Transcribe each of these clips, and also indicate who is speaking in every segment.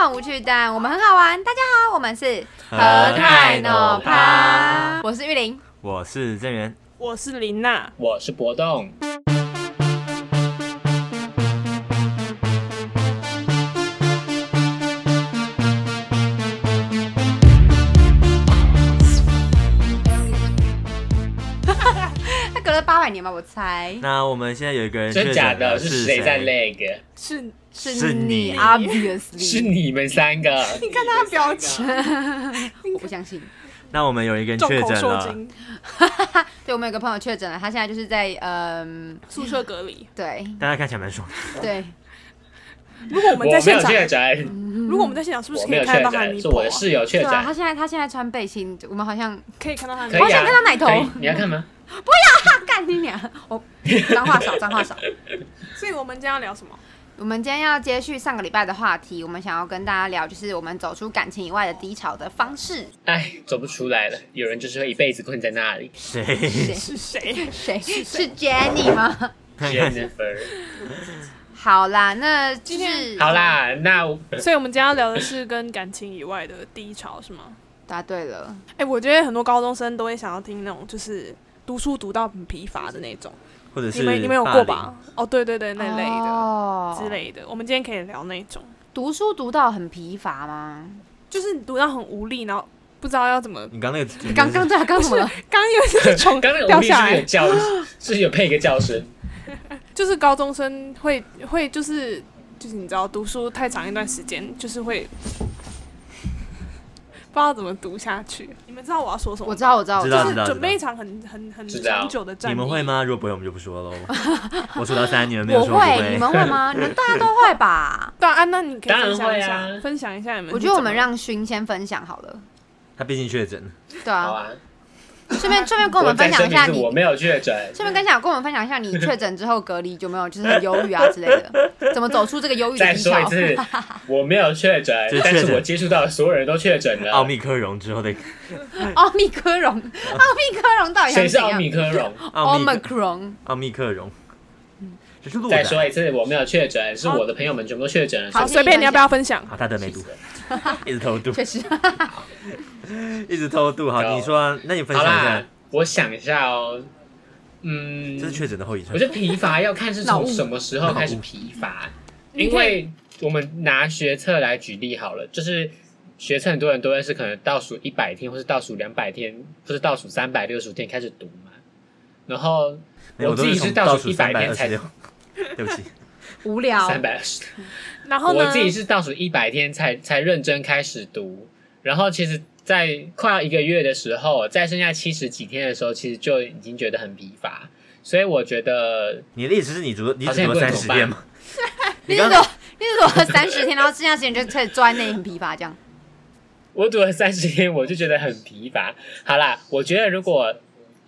Speaker 1: 很无趣，但我们很好玩。大家好，我们是
Speaker 2: 何泰诺
Speaker 1: 趴，我是玉玲。
Speaker 2: 我是郑源，
Speaker 3: 我是林娜，
Speaker 4: 我是博栋，
Speaker 1: 那隔了八百年吧，我猜
Speaker 2: 那我们现在有一个人
Speaker 4: 真
Speaker 2: 确
Speaker 4: 假
Speaker 2: 诊
Speaker 4: 的？
Speaker 2: 了
Speaker 4: 嗯是
Speaker 2: 是
Speaker 4: 谁在 lag？
Speaker 1: 嗯
Speaker 3: 是
Speaker 2: 是你
Speaker 4: 是
Speaker 1: ，obviously，
Speaker 4: 你们三个，
Speaker 3: 你看他的表情，
Speaker 1: 我不相信。
Speaker 2: 那我们有一个人
Speaker 3: 众
Speaker 2: 确
Speaker 3: 口
Speaker 2: 诊
Speaker 3: 铄
Speaker 2: 了，
Speaker 3: 金，
Speaker 1: 对，我们有个朋友确诊了，他现在就是在嗯，
Speaker 3: 宿舍隔离。
Speaker 1: 对
Speaker 2: 大家看起来蛮爽的。
Speaker 1: 对，
Speaker 3: 如果我
Speaker 4: 我
Speaker 3: 们
Speaker 4: 没
Speaker 3: 在
Speaker 4: 有
Speaker 3: 现场，
Speaker 4: 确
Speaker 1: 嗯
Speaker 4: 诊，
Speaker 3: 如果我们在现场，是不
Speaker 4: 我
Speaker 3: 是可
Speaker 4: 没有
Speaker 3: 以看
Speaker 4: 确
Speaker 3: 到他的
Speaker 4: 诊，
Speaker 3: 尼
Speaker 4: 是
Speaker 3: 泊
Speaker 4: 我
Speaker 3: 尔
Speaker 4: 的？室友确
Speaker 1: 对
Speaker 4: 诊
Speaker 1: 啊，，他现在他现在穿背心，我们好像
Speaker 3: 可以看到他的
Speaker 4: 可
Speaker 3: 尼
Speaker 1: 我
Speaker 3: 泊尔
Speaker 4: 以
Speaker 1: 想
Speaker 4: 啊，
Speaker 1: 看到奶头
Speaker 4: 可以你要看吗？
Speaker 1: 干你娘！我脏话少，脏话少。
Speaker 3: 所以我们今天要聊什么？
Speaker 1: 我们今天要接续上个礼拜的话题，我们想要跟大家聊，就是我们走出感情以外的低潮的方式。
Speaker 4: 哎，走不出来了，有人就是会一辈子困在那里。
Speaker 2: 谁？
Speaker 3: 是谁？
Speaker 1: 谁是 Jenny 吗？
Speaker 4: Jennifer，
Speaker 1: 好啦，那
Speaker 3: 今
Speaker 1: 是
Speaker 3: 天
Speaker 4: 好，啦，那我
Speaker 3: 所以我们今天要聊的是跟感情以外的低潮，是吗？
Speaker 1: 答对了。
Speaker 3: 哎、我觉得很多高中生都会想要听那种，就是读书读到很疲乏的那种。
Speaker 2: 或者是
Speaker 3: 你们你们有
Speaker 2: 霸
Speaker 3: 过
Speaker 2: 凌
Speaker 3: 吧？？哦，对对对，那类的、
Speaker 1: 哦
Speaker 3: 之。类的。我们今天可以聊那种，
Speaker 1: 读书读到很疲乏吗？
Speaker 3: 就是你读到很无力，然后不知道要怎么。
Speaker 2: 你刚那个
Speaker 1: 刚刚对啊，刚什么？
Speaker 3: 刚刚有是从
Speaker 4: 刚刚那个
Speaker 3: 掉
Speaker 4: 无力是
Speaker 3: 下
Speaker 4: 不是
Speaker 3: 来
Speaker 4: 有，叫，是不是有配一个 叫声？
Speaker 3: 就是高中生会会就是就是你知道读书太长一段时间，就是会不知道怎么读下去。你们知道我要说什么？
Speaker 1: 我知道，我知道，我
Speaker 2: 知
Speaker 3: 就
Speaker 2: 道
Speaker 3: 是
Speaker 2: 知道
Speaker 3: 准备一场很很很
Speaker 4: 知道
Speaker 3: 长久的战
Speaker 2: 你
Speaker 3: 役。
Speaker 2: 们会？吗？如果不会，我们就不说喽。我数到三，你们没有
Speaker 1: 我
Speaker 2: 说不
Speaker 1: 会，你们会吗？你们大家都会 吧？
Speaker 3: 对啊，那你可以
Speaker 4: 当然
Speaker 3: 分享一下，
Speaker 4: 会啊
Speaker 3: 分享一下你们是怎么。
Speaker 1: 我觉得我们让勋先分享好了。
Speaker 2: 他毕竟确诊，
Speaker 1: 对
Speaker 4: 好
Speaker 1: 啊，
Speaker 4: 啊，
Speaker 1: 顺便顺便跟我
Speaker 4: 我
Speaker 1: 们
Speaker 4: 再
Speaker 1: 分享
Speaker 4: 声
Speaker 1: 一下
Speaker 4: 明是
Speaker 1: 你
Speaker 4: 我，没有确诊，
Speaker 1: 顺便跟讲跟我们分享一下你确诊之后隔离有没有就是很忧郁啊之类的，怎么走出这个忧郁的
Speaker 4: 再
Speaker 1: 低
Speaker 4: 说一
Speaker 1: 潮？
Speaker 4: 次，我没有确诊
Speaker 2: 就是，
Speaker 4: 但
Speaker 2: 确
Speaker 4: 是
Speaker 2: 诊
Speaker 4: 我接触到的所有人都确诊了。
Speaker 2: 奥
Speaker 1: 哦
Speaker 2: 密克戎之后的
Speaker 1: 奥密克戎，奥密克戎到底想
Speaker 4: 谁是
Speaker 1: 怎
Speaker 4: 奥
Speaker 1: 样
Speaker 4: 密克戎？
Speaker 2: 奥密克
Speaker 1: 啊 Omicron
Speaker 2: 奥密克戎，这是录
Speaker 4: 再说
Speaker 2: 的。
Speaker 4: 一次，我没有确诊，是我的朋友们全部都确诊了。
Speaker 1: 好
Speaker 4: 所以
Speaker 3: 随便你要不要分享？
Speaker 2: 啊好，他得梅毒，一直偷渡，
Speaker 1: 确实，
Speaker 2: 一直偷渡。好，
Speaker 4: 有
Speaker 2: 你说啊，那你分
Speaker 4: 好
Speaker 2: 享一
Speaker 4: 啦
Speaker 2: 下，，
Speaker 4: 我想一下哦，嗯
Speaker 2: 这，是确诊的后遗症
Speaker 4: 我。觉得疲乏要看是
Speaker 1: 脑雾
Speaker 4: 从什么时候开始
Speaker 2: 脑雾
Speaker 4: 疲乏，
Speaker 3: 你可以
Speaker 4: 因为我们拿学测来举例好了，就是学测很多人都会是可能倒数一百天，或是倒数两百天，或是倒数三百六十天开始读嘛。然后
Speaker 2: 没有
Speaker 4: 我
Speaker 2: 都
Speaker 4: 自己
Speaker 2: 从
Speaker 4: 是
Speaker 2: 倒
Speaker 4: 倒
Speaker 2: 数
Speaker 4: 数
Speaker 2: 三
Speaker 4: 100
Speaker 2: 百二十
Speaker 4: 天才
Speaker 2: 六。对不起，
Speaker 1: 无聊。
Speaker 4: 三百二十，
Speaker 3: 然后
Speaker 4: 我
Speaker 3: 呢
Speaker 4: 自？己是倒数一百天才才认真开始读，然后其实，在快要一个月的时候，在剩下七十几天的时候，其实就已经觉得很疲乏，所以我觉得
Speaker 2: 你的意思是你读你
Speaker 4: 好
Speaker 2: 只
Speaker 4: 像
Speaker 2: 读了
Speaker 4: 也不能
Speaker 2: 三
Speaker 4: 怎
Speaker 2: 十
Speaker 4: 么
Speaker 2: 天
Speaker 4: 办
Speaker 2: 吗？
Speaker 1: 你
Speaker 2: 你
Speaker 1: 是
Speaker 2: 刚
Speaker 1: 说你是说三十天，然后剩下时间就开始坐在那里很疲乏这样？
Speaker 4: 我读了三十天，我就觉得很疲乏。好啦，我觉得如果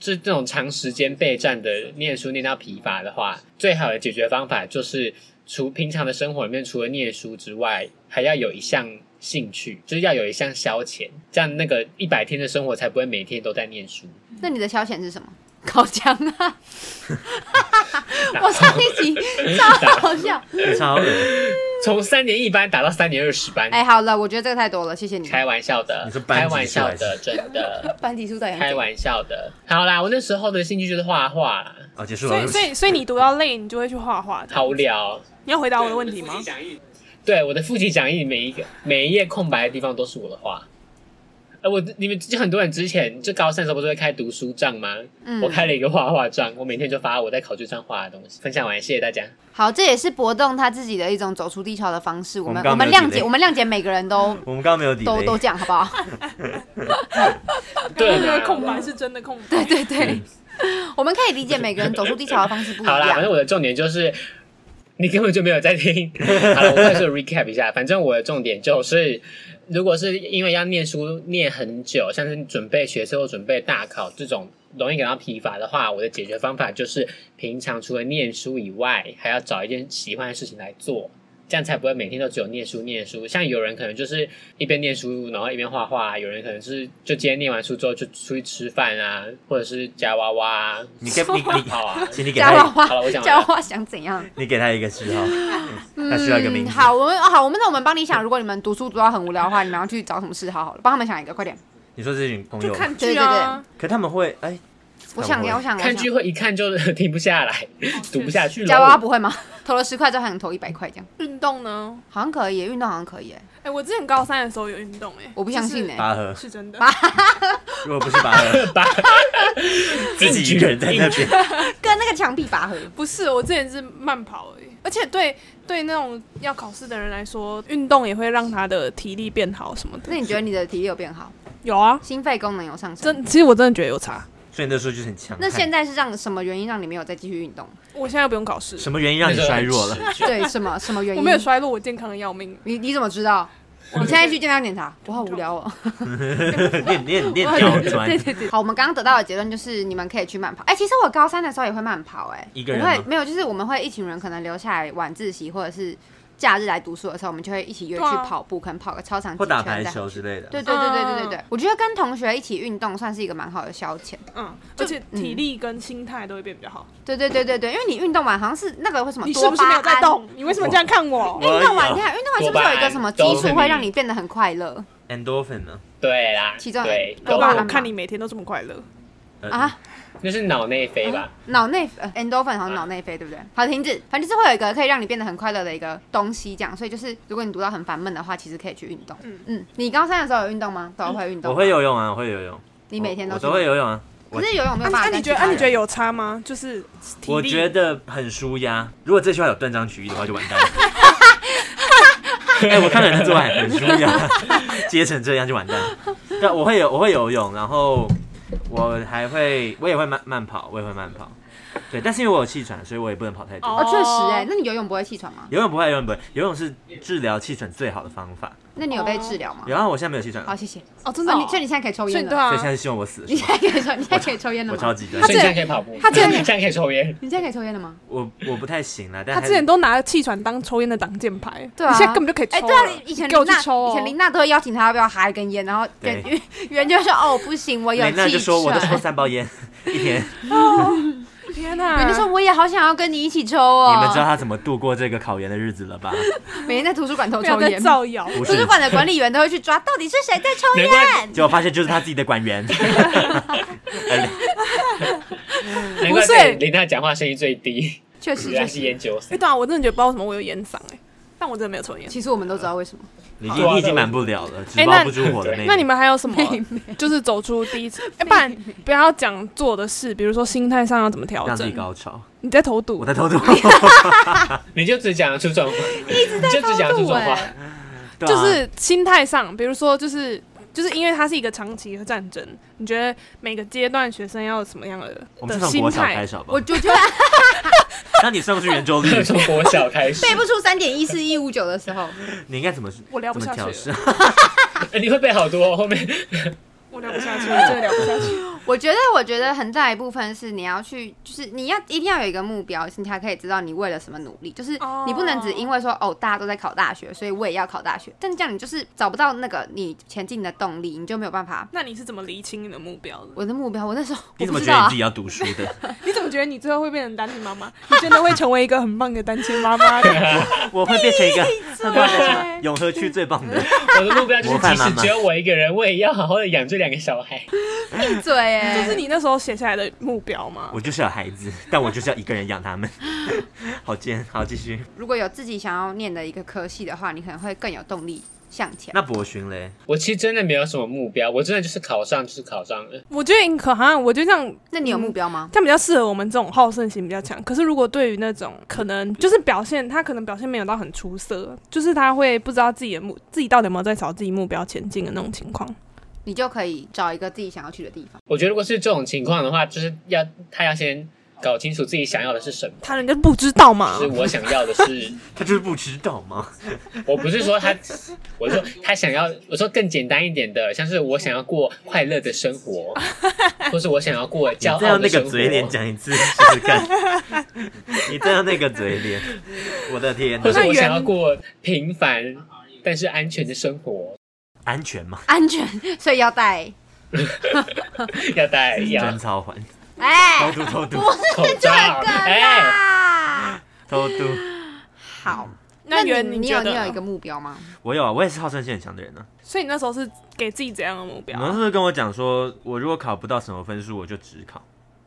Speaker 4: 是这种长时间备战的念书念到疲乏的话，最好的解决方法就是除平常的生活里面，除了念书之外，还要有一项兴趣，就是要有一项消遣，这样那个一百天的生活才不会每天都在念书。
Speaker 1: 那你的消遣是什么？ 烤枪啊！ 我上一集超好笑。
Speaker 2: 你超恶，
Speaker 4: 从三年一班打到三年二十班，
Speaker 1: 哎，好了，我觉得这个太多了，谢谢你。
Speaker 4: 开玩笑的
Speaker 2: 你是，班级
Speaker 4: 开玩笑
Speaker 2: 出来
Speaker 4: 的，真的，
Speaker 1: 班级数在
Speaker 4: 开玩笑的。好啦，我那时候的兴趣就是画画啦，
Speaker 2: 哦，结束
Speaker 3: 所
Speaker 2: 了。
Speaker 3: 以所以所以你读到累，你就会去画画。
Speaker 4: 好无聊哦。
Speaker 3: 你要回答我的问题吗？
Speaker 4: 对，我的复习讲义每一个每一页空白的地方都是我的画。呃，我你们就很多人之前就高三的时候不是会开读书账吗？
Speaker 1: 嗯
Speaker 4: 我开了一个画画账，我每天就发我在考卷上画的东西。分享完，谢谢大家。
Speaker 1: 好，这也是搏动他自己的一种走出低潮的方式。我们
Speaker 2: 我
Speaker 1: 我
Speaker 2: 们
Speaker 1: 们
Speaker 2: 刚刚没
Speaker 1: 谅
Speaker 2: 有
Speaker 1: 解，
Speaker 2: delay
Speaker 1: 我们谅解每个人都
Speaker 2: 我们刚 刚没有底
Speaker 1: 都都
Speaker 2: 雷，
Speaker 1: 这样，好不 好？
Speaker 4: 对
Speaker 3: 那
Speaker 4: 啦
Speaker 3: 个空白是真的空白。
Speaker 1: 对对对，
Speaker 2: 嗯
Speaker 1: 我们可以理解每个人走出低潮的方式不一
Speaker 4: 好啦，反
Speaker 1: 样。
Speaker 4: 正我的重点就是，你根本就没有在听。 好了，我快速 recap 一下。反正我的重点就是，如果是因为要念书念很久，像是准备学测或准备大考这种容易感到疲乏的话，我的解决方法就是，平常除了念书以外，还要找一件喜欢的事情来做。这样才不会每天都只有念书念书。像有人可能就是一边念书，然后一边画画、有人可能是就今天念完书之后就出去吃饭啊，或者是夹娃娃、 啊、
Speaker 2: 你给你你
Speaker 4: 泡啊。
Speaker 2: 请你给
Speaker 1: 加娃
Speaker 2: 他，
Speaker 1: 娃
Speaker 4: 好了我，讲完
Speaker 1: 加
Speaker 4: 了
Speaker 1: 娃娃想怎 样？
Speaker 2: 你给他一个序号，他需要一个
Speaker 1: 嗯，
Speaker 2: 名字。
Speaker 1: 好，我们好，我们那我们帮你想，如果你们读书读到很无聊的话，你们要去找什么嗜好好了，帮他们想一个，快点。
Speaker 2: 你说这群朋
Speaker 3: 就
Speaker 2: 友，
Speaker 3: 看
Speaker 1: 对
Speaker 3: 剧
Speaker 1: 对
Speaker 3: 啊，
Speaker 2: 可他们会哎，
Speaker 1: 我想，我想，我
Speaker 4: 看
Speaker 1: 想。
Speaker 4: 剧会一看就 停不下来，读不下去
Speaker 1: 加娃娃
Speaker 4: 了。
Speaker 1: 不会吗？ 投了十块之后还能投一百块，这样
Speaker 3: 运动呢？
Speaker 1: 好像可以耶，运动好像可以耶。
Speaker 3: 哎、我之前高三的时候有运动、哎，
Speaker 1: 我不相信
Speaker 3: 就是
Speaker 1: 哎
Speaker 2: 拔河，
Speaker 3: 是真的，
Speaker 2: 如果不是拔 河，
Speaker 4: 把
Speaker 2: 自己一个人在那边，
Speaker 1: 跟那个墙壁拔河。
Speaker 3: 不是，我之前是慢跑而已。而且对对那种要考试的人来说，运动也会让他的体力变好什么的。
Speaker 1: 那你觉得你的体力有变好，
Speaker 3: 有啊，
Speaker 1: 心肺功能有上升？
Speaker 3: 真其实我真的觉得有差。
Speaker 2: 所以那时候就是很强悍。
Speaker 1: 那现在是让什么原因让你没有再继续运动？
Speaker 3: 我现在不用考试，
Speaker 2: 什么原因让你衰弱了？
Speaker 4: 了。
Speaker 1: 对，什么什么原因？
Speaker 3: 我没有衰落，我健康的要命。
Speaker 1: 你你怎么知道？你现在去健康检查，我好无聊哦。
Speaker 2: 练练练脚 砖，
Speaker 1: 好，我们刚刚得到的结论就是，你们可以去慢跑。哎、其实我高三的时候也会慢跑、哎，
Speaker 2: 一个人
Speaker 1: 我会
Speaker 2: 吗
Speaker 1: 没有，就是我们会一群人可能留下来晚自习或者是假日来读书的时候，我们就会一起约去
Speaker 3: 对啊
Speaker 1: 跑步，可能跑个操场
Speaker 2: 或
Speaker 1: 几圈
Speaker 2: 打排
Speaker 1: 这样
Speaker 2: 球之类的。
Speaker 1: 对对对对对对
Speaker 3: 嗯
Speaker 1: 对，我觉得跟同学一起运动算是一个蛮好的消遣。
Speaker 3: 嗯，
Speaker 1: 就
Speaker 3: 而且
Speaker 1: 嗯
Speaker 3: 体力跟心态都会变比较好。
Speaker 1: 对对对对对，因为你运动完好像是那个会什么
Speaker 3: 你是
Speaker 1: 多
Speaker 3: 不是
Speaker 1: 巴
Speaker 3: 没有
Speaker 1: 胺。
Speaker 3: 在动？你为什么这样看我？
Speaker 1: 运动完，你
Speaker 2: 我
Speaker 1: 看运动完是不是有一个什么激
Speaker 4: 多巴
Speaker 1: 素
Speaker 4: 胺
Speaker 1: 会让你变得很快乐
Speaker 2: 有 endorphin 呢？
Speaker 4: 对啦，
Speaker 1: 其中
Speaker 4: 对，
Speaker 1: 多巴
Speaker 3: 爸
Speaker 1: 胺
Speaker 3: 爸，
Speaker 1: 嘛
Speaker 3: 我看你每天都这么快乐。
Speaker 2: 呃
Speaker 1: 啊？
Speaker 4: 那是脑内啡吧？
Speaker 1: 脑内呃 endorphin 好像脑内啡对不对？好，停止，反正就是会有一个可以让你变得很快乐的一个东西，这样。所以就是如果你读到很烦闷的话，其实可以去运动。嗯
Speaker 3: 嗯
Speaker 1: 你高三的时候有运动吗？都会运动？
Speaker 2: 我会，游泳啊，我会游泳。
Speaker 1: 你每天
Speaker 2: 我
Speaker 1: 都
Speaker 2: 我
Speaker 1: 是
Speaker 2: 都会。游泳啊。我
Speaker 1: 可是游泳没有
Speaker 3: 那
Speaker 1: 办法
Speaker 3: 那
Speaker 1: 跟
Speaker 3: 哎你
Speaker 1: 其
Speaker 3: 觉得，啊
Speaker 1: 他人。
Speaker 3: 那你觉得有差吗？就是体力，
Speaker 2: 我觉得很舒压。如果这句话有断章取义的话，就完 蛋了。哎、我看了人家做爱很舒压，接成这样就完蛋了。但我会游，我会游泳，然后我还会，我也会慢慢跑，我也会慢跑。对，但是因为我有气喘，所以我也不能跑太多。
Speaker 1: 哦，
Speaker 3: 哦
Speaker 1: 确实哎、那你游泳不会气喘吗？
Speaker 2: 游泳不会，游泳不会，游泳是治疗气喘最好的方法。
Speaker 1: 那你有被治疗吗？
Speaker 2: 然后我现在没有气喘了，
Speaker 1: 好，谢
Speaker 2: 所
Speaker 1: 谢。
Speaker 3: 哦，真
Speaker 1: 真
Speaker 3: 的
Speaker 1: 的、
Speaker 3: 哦，
Speaker 1: 你所以你现在可以抽
Speaker 3: 所以
Speaker 1: 烟
Speaker 3: 对
Speaker 1: 了。
Speaker 2: 以
Speaker 3: 啊
Speaker 2: 现，在是希望我死的
Speaker 1: 你
Speaker 2: 时
Speaker 1: 现在可
Speaker 2: 候，
Speaker 1: 以抽，你现在可以抽烟了
Speaker 2: 我
Speaker 1: 吗
Speaker 2: 超？级的
Speaker 3: 他，
Speaker 4: 所以你现在可以跑步，
Speaker 3: 他 之前
Speaker 4: 你现在可以抽烟。
Speaker 1: 你现在可以抽烟了吗？
Speaker 2: 我我不太行了，但还
Speaker 3: 他之
Speaker 2: 是
Speaker 3: 前都拿气喘当抽烟的挡箭牌，
Speaker 1: 对啊
Speaker 3: 你现在根本就可以抽
Speaker 1: 哎、
Speaker 3: 了。
Speaker 1: 对啊，以前
Speaker 3: 你给我
Speaker 1: 林
Speaker 3: 去
Speaker 1: 娜，
Speaker 3: 抽哦
Speaker 1: 以前林娜都会邀请他要不要哈一根烟，然后
Speaker 2: 对
Speaker 1: 圆 圆就说哦不行，我有
Speaker 2: 那
Speaker 1: 气
Speaker 2: 那
Speaker 1: 喘。
Speaker 2: 就说我都抽三包烟 一天。
Speaker 3: 天啊 哪、
Speaker 1: 圆就说我也好想要跟你一起抽哦。
Speaker 2: 你们知道他怎么度过这个考研的日子了 吧？
Speaker 1: 每天在图书馆偷
Speaker 3: 不要
Speaker 1: 抽
Speaker 3: 再
Speaker 1: 烟，图
Speaker 3: 造谣。
Speaker 2: 不
Speaker 1: 书
Speaker 2: 是，
Speaker 1: 馆的管理员都会去抓，到底是谁在抽
Speaker 4: 难怪
Speaker 1: 烟？
Speaker 2: 结果发现就是他自己的管 员。
Speaker 4: 难怪
Speaker 3: 不是
Speaker 4: 对林娜讲话声音最低，
Speaker 1: 确实，
Speaker 4: 原
Speaker 1: 确
Speaker 4: 来是
Speaker 1: 实，
Speaker 4: 烟酒
Speaker 3: 哎、对啊，我真的觉得不知道为什么我有烟嗓哎、但我真的没有抽烟。
Speaker 1: 其实我们都知道为什么。
Speaker 2: 你已经你已经瞒不了了，纸包不住火的那
Speaker 3: 哎那你
Speaker 2: 们
Speaker 3: 们还有什么？就是走出第一次，哎、不然不要讲做的事，比如说心态上要怎么调
Speaker 2: 让自己
Speaker 3: 整。
Speaker 2: 高潮，
Speaker 3: 你在投
Speaker 2: 我
Speaker 3: 赌，
Speaker 2: 在啊偷 渡，
Speaker 4: 你就只讲得出这种，你就只讲得出这种话，
Speaker 2: 对啊
Speaker 3: 就是心态上，比如说就是就是因为它是一个长期的战争，你觉得每个阶段学生要有什么样的
Speaker 2: 我们就
Speaker 3: 的
Speaker 2: 从
Speaker 3: 心
Speaker 2: 国小开
Speaker 3: 态？
Speaker 2: 始好不
Speaker 1: 我
Speaker 2: 好？
Speaker 1: 就觉得
Speaker 2: 当你上去圆 周率，
Speaker 4: 从国小开始
Speaker 1: 背，不出三点一四一五九的时候，
Speaker 2: 你应该怎么
Speaker 3: 我聊不
Speaker 2: 怎
Speaker 3: 下
Speaker 2: 么
Speaker 3: 去
Speaker 2: 调
Speaker 3: 了
Speaker 2: 试？
Speaker 4: 哎你会背好多哦，后面
Speaker 3: 我聊不下去，我真的聊不下去。
Speaker 1: 我觉得，我觉得很大一部分是你要去，就是你要一定要有一个目标，你才可以知道你为了什么努力。就是
Speaker 3: 哦
Speaker 1: 你不能只因为说哦，大家都在考大学，所以我也要考大学。但这样你就是找不到那个你前进的动力，你就没有办法。
Speaker 3: 那你是怎么厘清你的目标的？
Speaker 1: 我的目标，我那时候
Speaker 2: 你
Speaker 1: 我不
Speaker 2: 怎么
Speaker 1: 知
Speaker 2: 觉
Speaker 1: 道
Speaker 2: 得你
Speaker 1: 啊
Speaker 2: 自己，要读书的？
Speaker 3: 你怎么觉得你最后会变成单亲妈妈？你真的会成为一个很棒的单亲妈妈的？
Speaker 2: 我会变成一个很棒的永和区最棒的。
Speaker 4: 我的目标就是，
Speaker 2: 模范
Speaker 4: 即
Speaker 2: 妈
Speaker 4: 使
Speaker 2: 妈
Speaker 4: 只有我一个人，我也要好好的养这两个小孩。
Speaker 1: 闭嘴哎、
Speaker 3: 就是你那时候写下来的目标吗？
Speaker 2: 我就是有孩子，但我就是要一个人养他们。好贱，好继续。
Speaker 1: 如果有自己想要念的一个科系的话，你可能会更有动力向前。
Speaker 2: 那博勋嘞？
Speaker 4: 我其实真的没有什么目标，我真的就是考上就是考上了。
Speaker 3: 我觉得可好像我就这样，
Speaker 1: 那你有目
Speaker 3: 嗯
Speaker 1: 标吗？
Speaker 3: 这样比较适合我们这种好胜心比较强。可是如果对于那种可能就是表现，他可能表现没有到很出色，就是他会不知道自己的目自己到底有没有在朝自己目标前进的那种情况。
Speaker 1: 你就可以找一个自己想要去的地方。
Speaker 4: 我觉得如果是这种情况的话，就是要他要先搞清楚自己想要的是什么。
Speaker 3: 他人家不知道嘛
Speaker 4: 就，是我想要的 是，
Speaker 2: 他就是不知道吗？
Speaker 4: 我不是说他，我是说他想要，我说更简单一点的，像是我想要过快乐的生 活，或是我想要过
Speaker 2: 你
Speaker 4: 骄
Speaker 2: 再
Speaker 4: 傲
Speaker 2: 用那
Speaker 4: 的生
Speaker 2: 个
Speaker 4: 活。
Speaker 2: 嘴脸讲一次试试看。你再用那个嘴脸，我的天哪
Speaker 4: 或是！
Speaker 3: 那
Speaker 4: 我
Speaker 3: 原
Speaker 4: 想要过平凡但是安全的生活，
Speaker 2: 安全吗？
Speaker 1: 安全，所以要戴。
Speaker 4: 要戴要
Speaker 2: 贞操环，
Speaker 1: 哎、
Speaker 2: 偷渡偷渡
Speaker 1: 不是
Speaker 4: 口
Speaker 1: 这
Speaker 4: 罩，
Speaker 1: 个
Speaker 4: 哎、
Speaker 1: 啦。
Speaker 2: 偷渡，
Speaker 1: 好，
Speaker 3: 那
Speaker 1: 你
Speaker 3: 圆
Speaker 1: 你
Speaker 3: 觉
Speaker 1: 有
Speaker 3: 得
Speaker 1: 你有一个目标吗？
Speaker 2: 我有啊，我也是好胜心很强的人呢、啊。
Speaker 3: 所以你那时候是给自己怎样的目
Speaker 2: 你
Speaker 3: 标啊、
Speaker 2: 们是不是跟我讲说，我如果考不到什么分数，我就只考？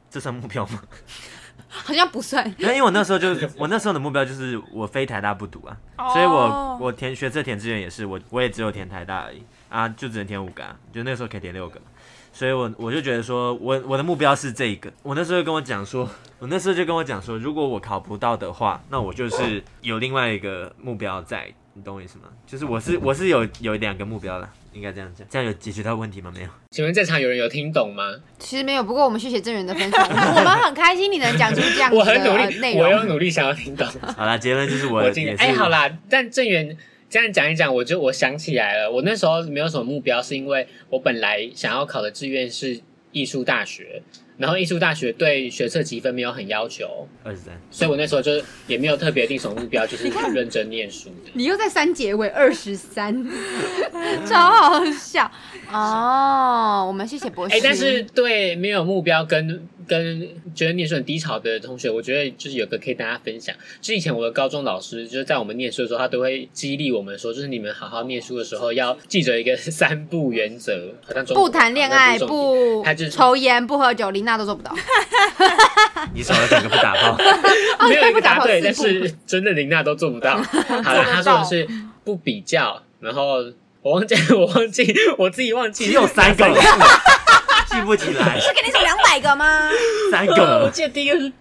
Speaker 2: 这算目标吗？
Speaker 1: 好像不算。
Speaker 2: 因为我那时候就，我那时候的目标就是我非台大不读啊，
Speaker 4: 嗯
Speaker 3: 哦
Speaker 2: 所以我我填学测填志愿也是，我我也只有填台大而已啊，就只能填五个、啊，就那时候可以填六个嘛，所以我我就觉得说我我的目标是这个，我那时候就跟我讲说，我那时候就跟我讲说，如果我考不到的话，那我就是有另外一个目标在，你懂我意思吗？就是我是我是有有两个目标啦，应该这样讲，这样有解决到问题 吗？没有，
Speaker 4: 请问在场有人有听懂吗？
Speaker 1: 其实没有，不过我们谢谢郑源的分 享，我们很开心你能讲出这样子
Speaker 4: 我
Speaker 1: 的
Speaker 4: 很努
Speaker 1: 呃
Speaker 4: 力，
Speaker 1: 内
Speaker 4: 我
Speaker 1: 容。
Speaker 4: 有努力想要听懂。
Speaker 2: 好啦，结论就是我
Speaker 4: 我
Speaker 2: 也
Speaker 4: 今
Speaker 2: 是
Speaker 4: 年哎，好啦，但郑源这样讲一讲，我就我想起来了，我那时候没有什么目标，是因为我本来想要考的志愿是艺术大学，然后艺术大学对学测积分没有很要求，
Speaker 2: 二十三，
Speaker 4: 所以我那时候就也没有特别定什么目标，就是很认真念书。
Speaker 1: 你又在三结尾二十三， 超好笑哦！我们谢谢博士。
Speaker 4: 哎、但是对没有目标跟跟觉得念书很低潮的同学，我觉得就是有个可以大家分享。就以前我的高中老师，就是在我们念书的时候，他都会激励我们说，就是你们好好念书的时候要记着一个三不原则，好像中
Speaker 1: 不谈恋爱，
Speaker 4: 好像不是重点
Speaker 1: 不
Speaker 4: 他就是
Speaker 1: 抽烟，不喝酒，林娜都做不 到。
Speaker 2: 你少了两个不打 包。
Speaker 1: 哦，你
Speaker 4: 没有
Speaker 1: 快
Speaker 4: 一
Speaker 1: 不
Speaker 4: 个
Speaker 1: 打
Speaker 4: 答
Speaker 1: 破
Speaker 4: 对，
Speaker 1: 四
Speaker 4: 但
Speaker 1: 步。
Speaker 4: 是真的林娜都做不到。好了，他说的是不比较，然后我忘记 我忘记我自己忘记
Speaker 2: 只有三个了，记不起来，
Speaker 1: 肯定是两百个吗？
Speaker 2: 三
Speaker 4: 我
Speaker 2: 个。
Speaker 4: 记得第一个是，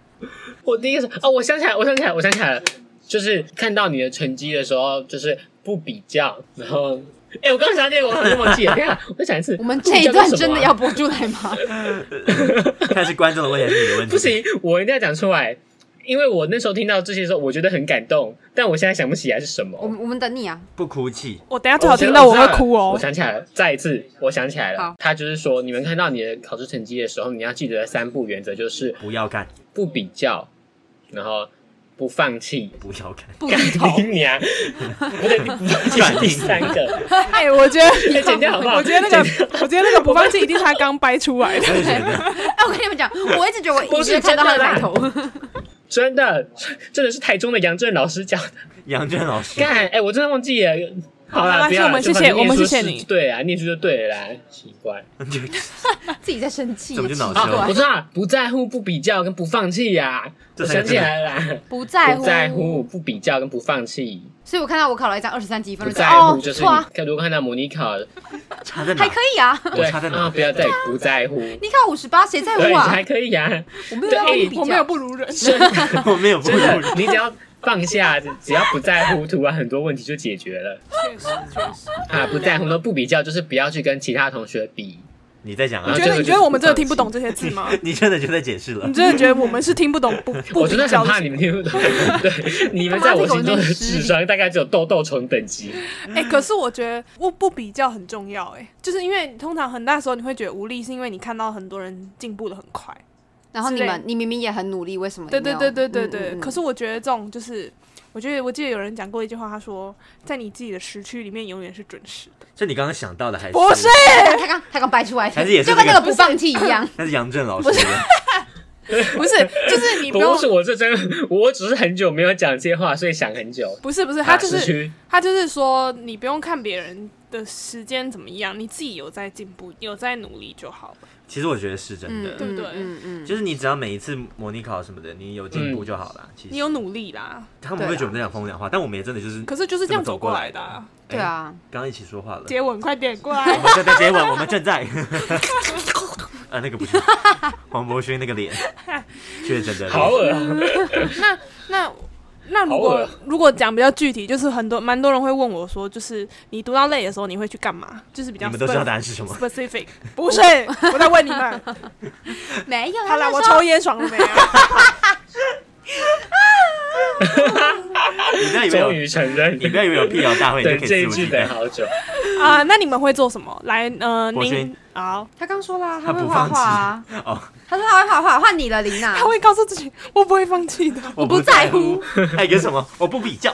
Speaker 4: 我第一个是哦，我想起来，我想起来，我想起来了，就是看到你的成绩的时候，就是不比较，然后，哎、我刚想到这个，我我忘记了，等一下我再想一次，
Speaker 1: 我们
Speaker 4: 不
Speaker 1: 这
Speaker 4: 比
Speaker 1: 一
Speaker 4: 较
Speaker 1: 段
Speaker 4: 是什
Speaker 1: 真
Speaker 4: 么啊
Speaker 1: 的要播出来吗？
Speaker 2: 看是观众的问题还是你的问题？
Speaker 4: 不，行，我一定要讲出来，因为我那时候听到这些时候，我觉得很感动，但我现在想不起来是什 么。
Speaker 1: 我们我们等你啊！
Speaker 2: 不哭泣。
Speaker 3: 我等一下
Speaker 4: 哦
Speaker 3: 最好
Speaker 4: 知
Speaker 3: 听
Speaker 4: 道
Speaker 3: 到我
Speaker 4: 知
Speaker 3: 会
Speaker 4: 道了
Speaker 3: 哭
Speaker 4: 我
Speaker 3: 哦。
Speaker 4: 想起来了，再一次，我想起来了
Speaker 1: 好。
Speaker 4: 他就是说，你们看到你的考试成绩的时候，你要记得三不原则，就是
Speaker 2: 不要看，
Speaker 4: 不比较，然后不放弃，
Speaker 2: 不要看，
Speaker 1: 不低头
Speaker 4: 干，你娘！不对，不是第三个，
Speaker 3: 哎、我觉得，
Speaker 4: 哎 剪掉好不好
Speaker 3: 我觉得那个，我觉得那个不放弃一定是他刚掰出来的。
Speaker 2: 我也觉得
Speaker 1: 哎， 我跟你们讲，我一直觉得我
Speaker 4: 不
Speaker 1: 一
Speaker 4: 是
Speaker 1: 直看到他的
Speaker 4: 真的啦
Speaker 1: 抬头，
Speaker 4: 真的，真的是台中的杨振老师讲的。
Speaker 2: 杨振老师
Speaker 4: 干，哎，我真的忘记了。好
Speaker 3: 没
Speaker 4: 啦，
Speaker 3: 关
Speaker 4: 不
Speaker 3: 系
Speaker 4: 要
Speaker 3: 我
Speaker 4: 啦，
Speaker 3: 们
Speaker 4: 就
Speaker 3: 谢谢
Speaker 4: 反正
Speaker 3: 我们
Speaker 4: 念书
Speaker 3: 谢谢
Speaker 4: 是
Speaker 3: 你
Speaker 4: 对啊，念书就对了啦，奇怪。
Speaker 1: 自己在生气，
Speaker 2: 怎么就恼羞
Speaker 4: 啊，
Speaker 1: 奇怪
Speaker 4: 不是啊，不在乎、不比较跟不放弃呀。
Speaker 2: 这
Speaker 4: 我
Speaker 2: 三个
Speaker 4: 想起来了啦，
Speaker 1: 不在
Speaker 4: 不
Speaker 1: 乎，
Speaker 4: 在乎、不比较跟不放弃。
Speaker 1: 所以我看到我考了一张二十三积分，
Speaker 4: 不
Speaker 1: 我觉得
Speaker 4: 在乎
Speaker 1: 哦，
Speaker 4: 就
Speaker 1: 不
Speaker 4: 是
Speaker 1: 错啊，
Speaker 4: 你，如果看到模拟考，
Speaker 2: 差在哪
Speaker 1: 还？可以啊。
Speaker 2: 我
Speaker 4: 对
Speaker 2: 差在哪
Speaker 4: 啊，不要再不在乎。
Speaker 1: 你考五十八，谁在
Speaker 4: 对，
Speaker 1: 乎啊
Speaker 4: 还？可以呀。
Speaker 1: 我没有要跟你比较，
Speaker 3: 我没有不如人，
Speaker 4: 真的，
Speaker 2: 我没有不
Speaker 4: 真
Speaker 2: 哭泣。
Speaker 4: 的，你只要放下，只只要不在乎，突然很多问题就解决了。啊，不在乎都不比较，就是不要去跟其他同学比。
Speaker 2: 你在讲
Speaker 3: 你
Speaker 2: 啊
Speaker 3: 觉？嗯
Speaker 4: 这个
Speaker 3: 得
Speaker 4: 就
Speaker 3: 你
Speaker 4: 是
Speaker 3: 觉得我们
Speaker 4: 不
Speaker 3: 真的
Speaker 4: 放
Speaker 3: 听不
Speaker 4: 弃
Speaker 3: 懂这些字吗？
Speaker 2: 你真的就在解释了
Speaker 3: 你。真的觉得我们是听不懂 不不
Speaker 4: 我真
Speaker 3: 比
Speaker 4: 的
Speaker 3: 较的
Speaker 4: 很怕
Speaker 3: 事
Speaker 4: 你们听不懂， 对，你们
Speaker 1: 啊
Speaker 4: 在我心中的智商大概只有豆豆虫等级。
Speaker 3: 哎、可是我觉得不不比较很重要、哎，就是因为通常很大时候你会觉得无力，是因为你看到很多人进步的很快。
Speaker 1: 然后你
Speaker 3: 之类
Speaker 1: 们，你明明也很努力，为什么你
Speaker 3: 对
Speaker 1: 没
Speaker 3: 对
Speaker 1: 有？
Speaker 3: 对对对
Speaker 1: 嗯
Speaker 3: 对。
Speaker 1: 嗯嗯
Speaker 3: 可是我觉得这种就是，我觉得我记得有人讲过一句话，他说，在你自己的时区里面永远是准时的。
Speaker 2: 这你刚刚想到的还是
Speaker 3: 不是？
Speaker 1: 他他刚他刚掰出来，
Speaker 2: 还是也是
Speaker 1: 就跟
Speaker 2: 那
Speaker 1: 那
Speaker 2: 个
Speaker 1: 个不放弃一样。
Speaker 2: 那是杨振老师的。
Speaker 3: 不是，就是你不用
Speaker 4: 不。是我这真的， 我只是很久没有讲这些话，所以想很久。
Speaker 3: 不是不是，他就
Speaker 4: 啊时
Speaker 3: 是
Speaker 4: 区
Speaker 3: 他就是说，你不用看别人的时间怎么样，你自己有在进步，有在努力就好了。
Speaker 2: 其实我觉得是真
Speaker 1: 嗯，
Speaker 2: 的，
Speaker 3: 对不对
Speaker 1: 嗯嗯嗯，
Speaker 2: 就是你只要每一次模拟考什么的，你有进步就好了。其
Speaker 3: 你
Speaker 2: 实
Speaker 3: 有努力啦，
Speaker 2: 他们会觉得我们在讲风凉话，但我们也真的就是
Speaker 3: 可是就是这样走过来
Speaker 2: 这
Speaker 3: 的、
Speaker 2: 么
Speaker 3: 啊
Speaker 2: 走。
Speaker 1: 对啊，
Speaker 2: 刚刚一起说话了。
Speaker 3: 接吻，快点过
Speaker 2: 我
Speaker 3: 来！
Speaker 2: 们正在接吻，我们正在。 啊，那个不是黄博勋那个脸，确诊的脸。
Speaker 4: 好恶啊
Speaker 3: 那那如
Speaker 4: 好
Speaker 3: 果
Speaker 4: 恶
Speaker 3: 如果讲比较具体，就是很多蛮多人会问我说，就是你读到累的时候你会去干嘛？就是比较
Speaker 2: 你们都知道答案是什么？
Speaker 3: specific，不 是我在问你 们。
Speaker 1: 没有，
Speaker 3: 好
Speaker 1: 他
Speaker 3: 啦，
Speaker 1: 那
Speaker 3: 我
Speaker 1: 时候
Speaker 3: 抽烟爽了没啊？
Speaker 2: 你不要以为
Speaker 4: 终
Speaker 2: 有，
Speaker 4: 于承认，
Speaker 2: 你不要以为有啊辟谣大会，你就
Speaker 4: 等
Speaker 2: 可以
Speaker 4: 这
Speaker 2: 肆
Speaker 4: 一
Speaker 2: 无
Speaker 4: 句
Speaker 2: 忌
Speaker 4: 等
Speaker 2: 惮。
Speaker 4: 好久。
Speaker 3: 啊，那你们会做什么？来，呃，
Speaker 2: 国
Speaker 3: 您
Speaker 2: 轩
Speaker 3: 好，
Speaker 1: 他刚说啦，
Speaker 2: 他
Speaker 1: 会
Speaker 2: 不
Speaker 1: 画
Speaker 2: 放弃
Speaker 1: 画啊，
Speaker 2: 哦，
Speaker 1: 他说他会画画，换你了，琳娜
Speaker 3: 他。会告诉自己，我不会放弃的。
Speaker 2: 我
Speaker 1: 不在乎。
Speaker 2: 哎，有什么？我不比 较。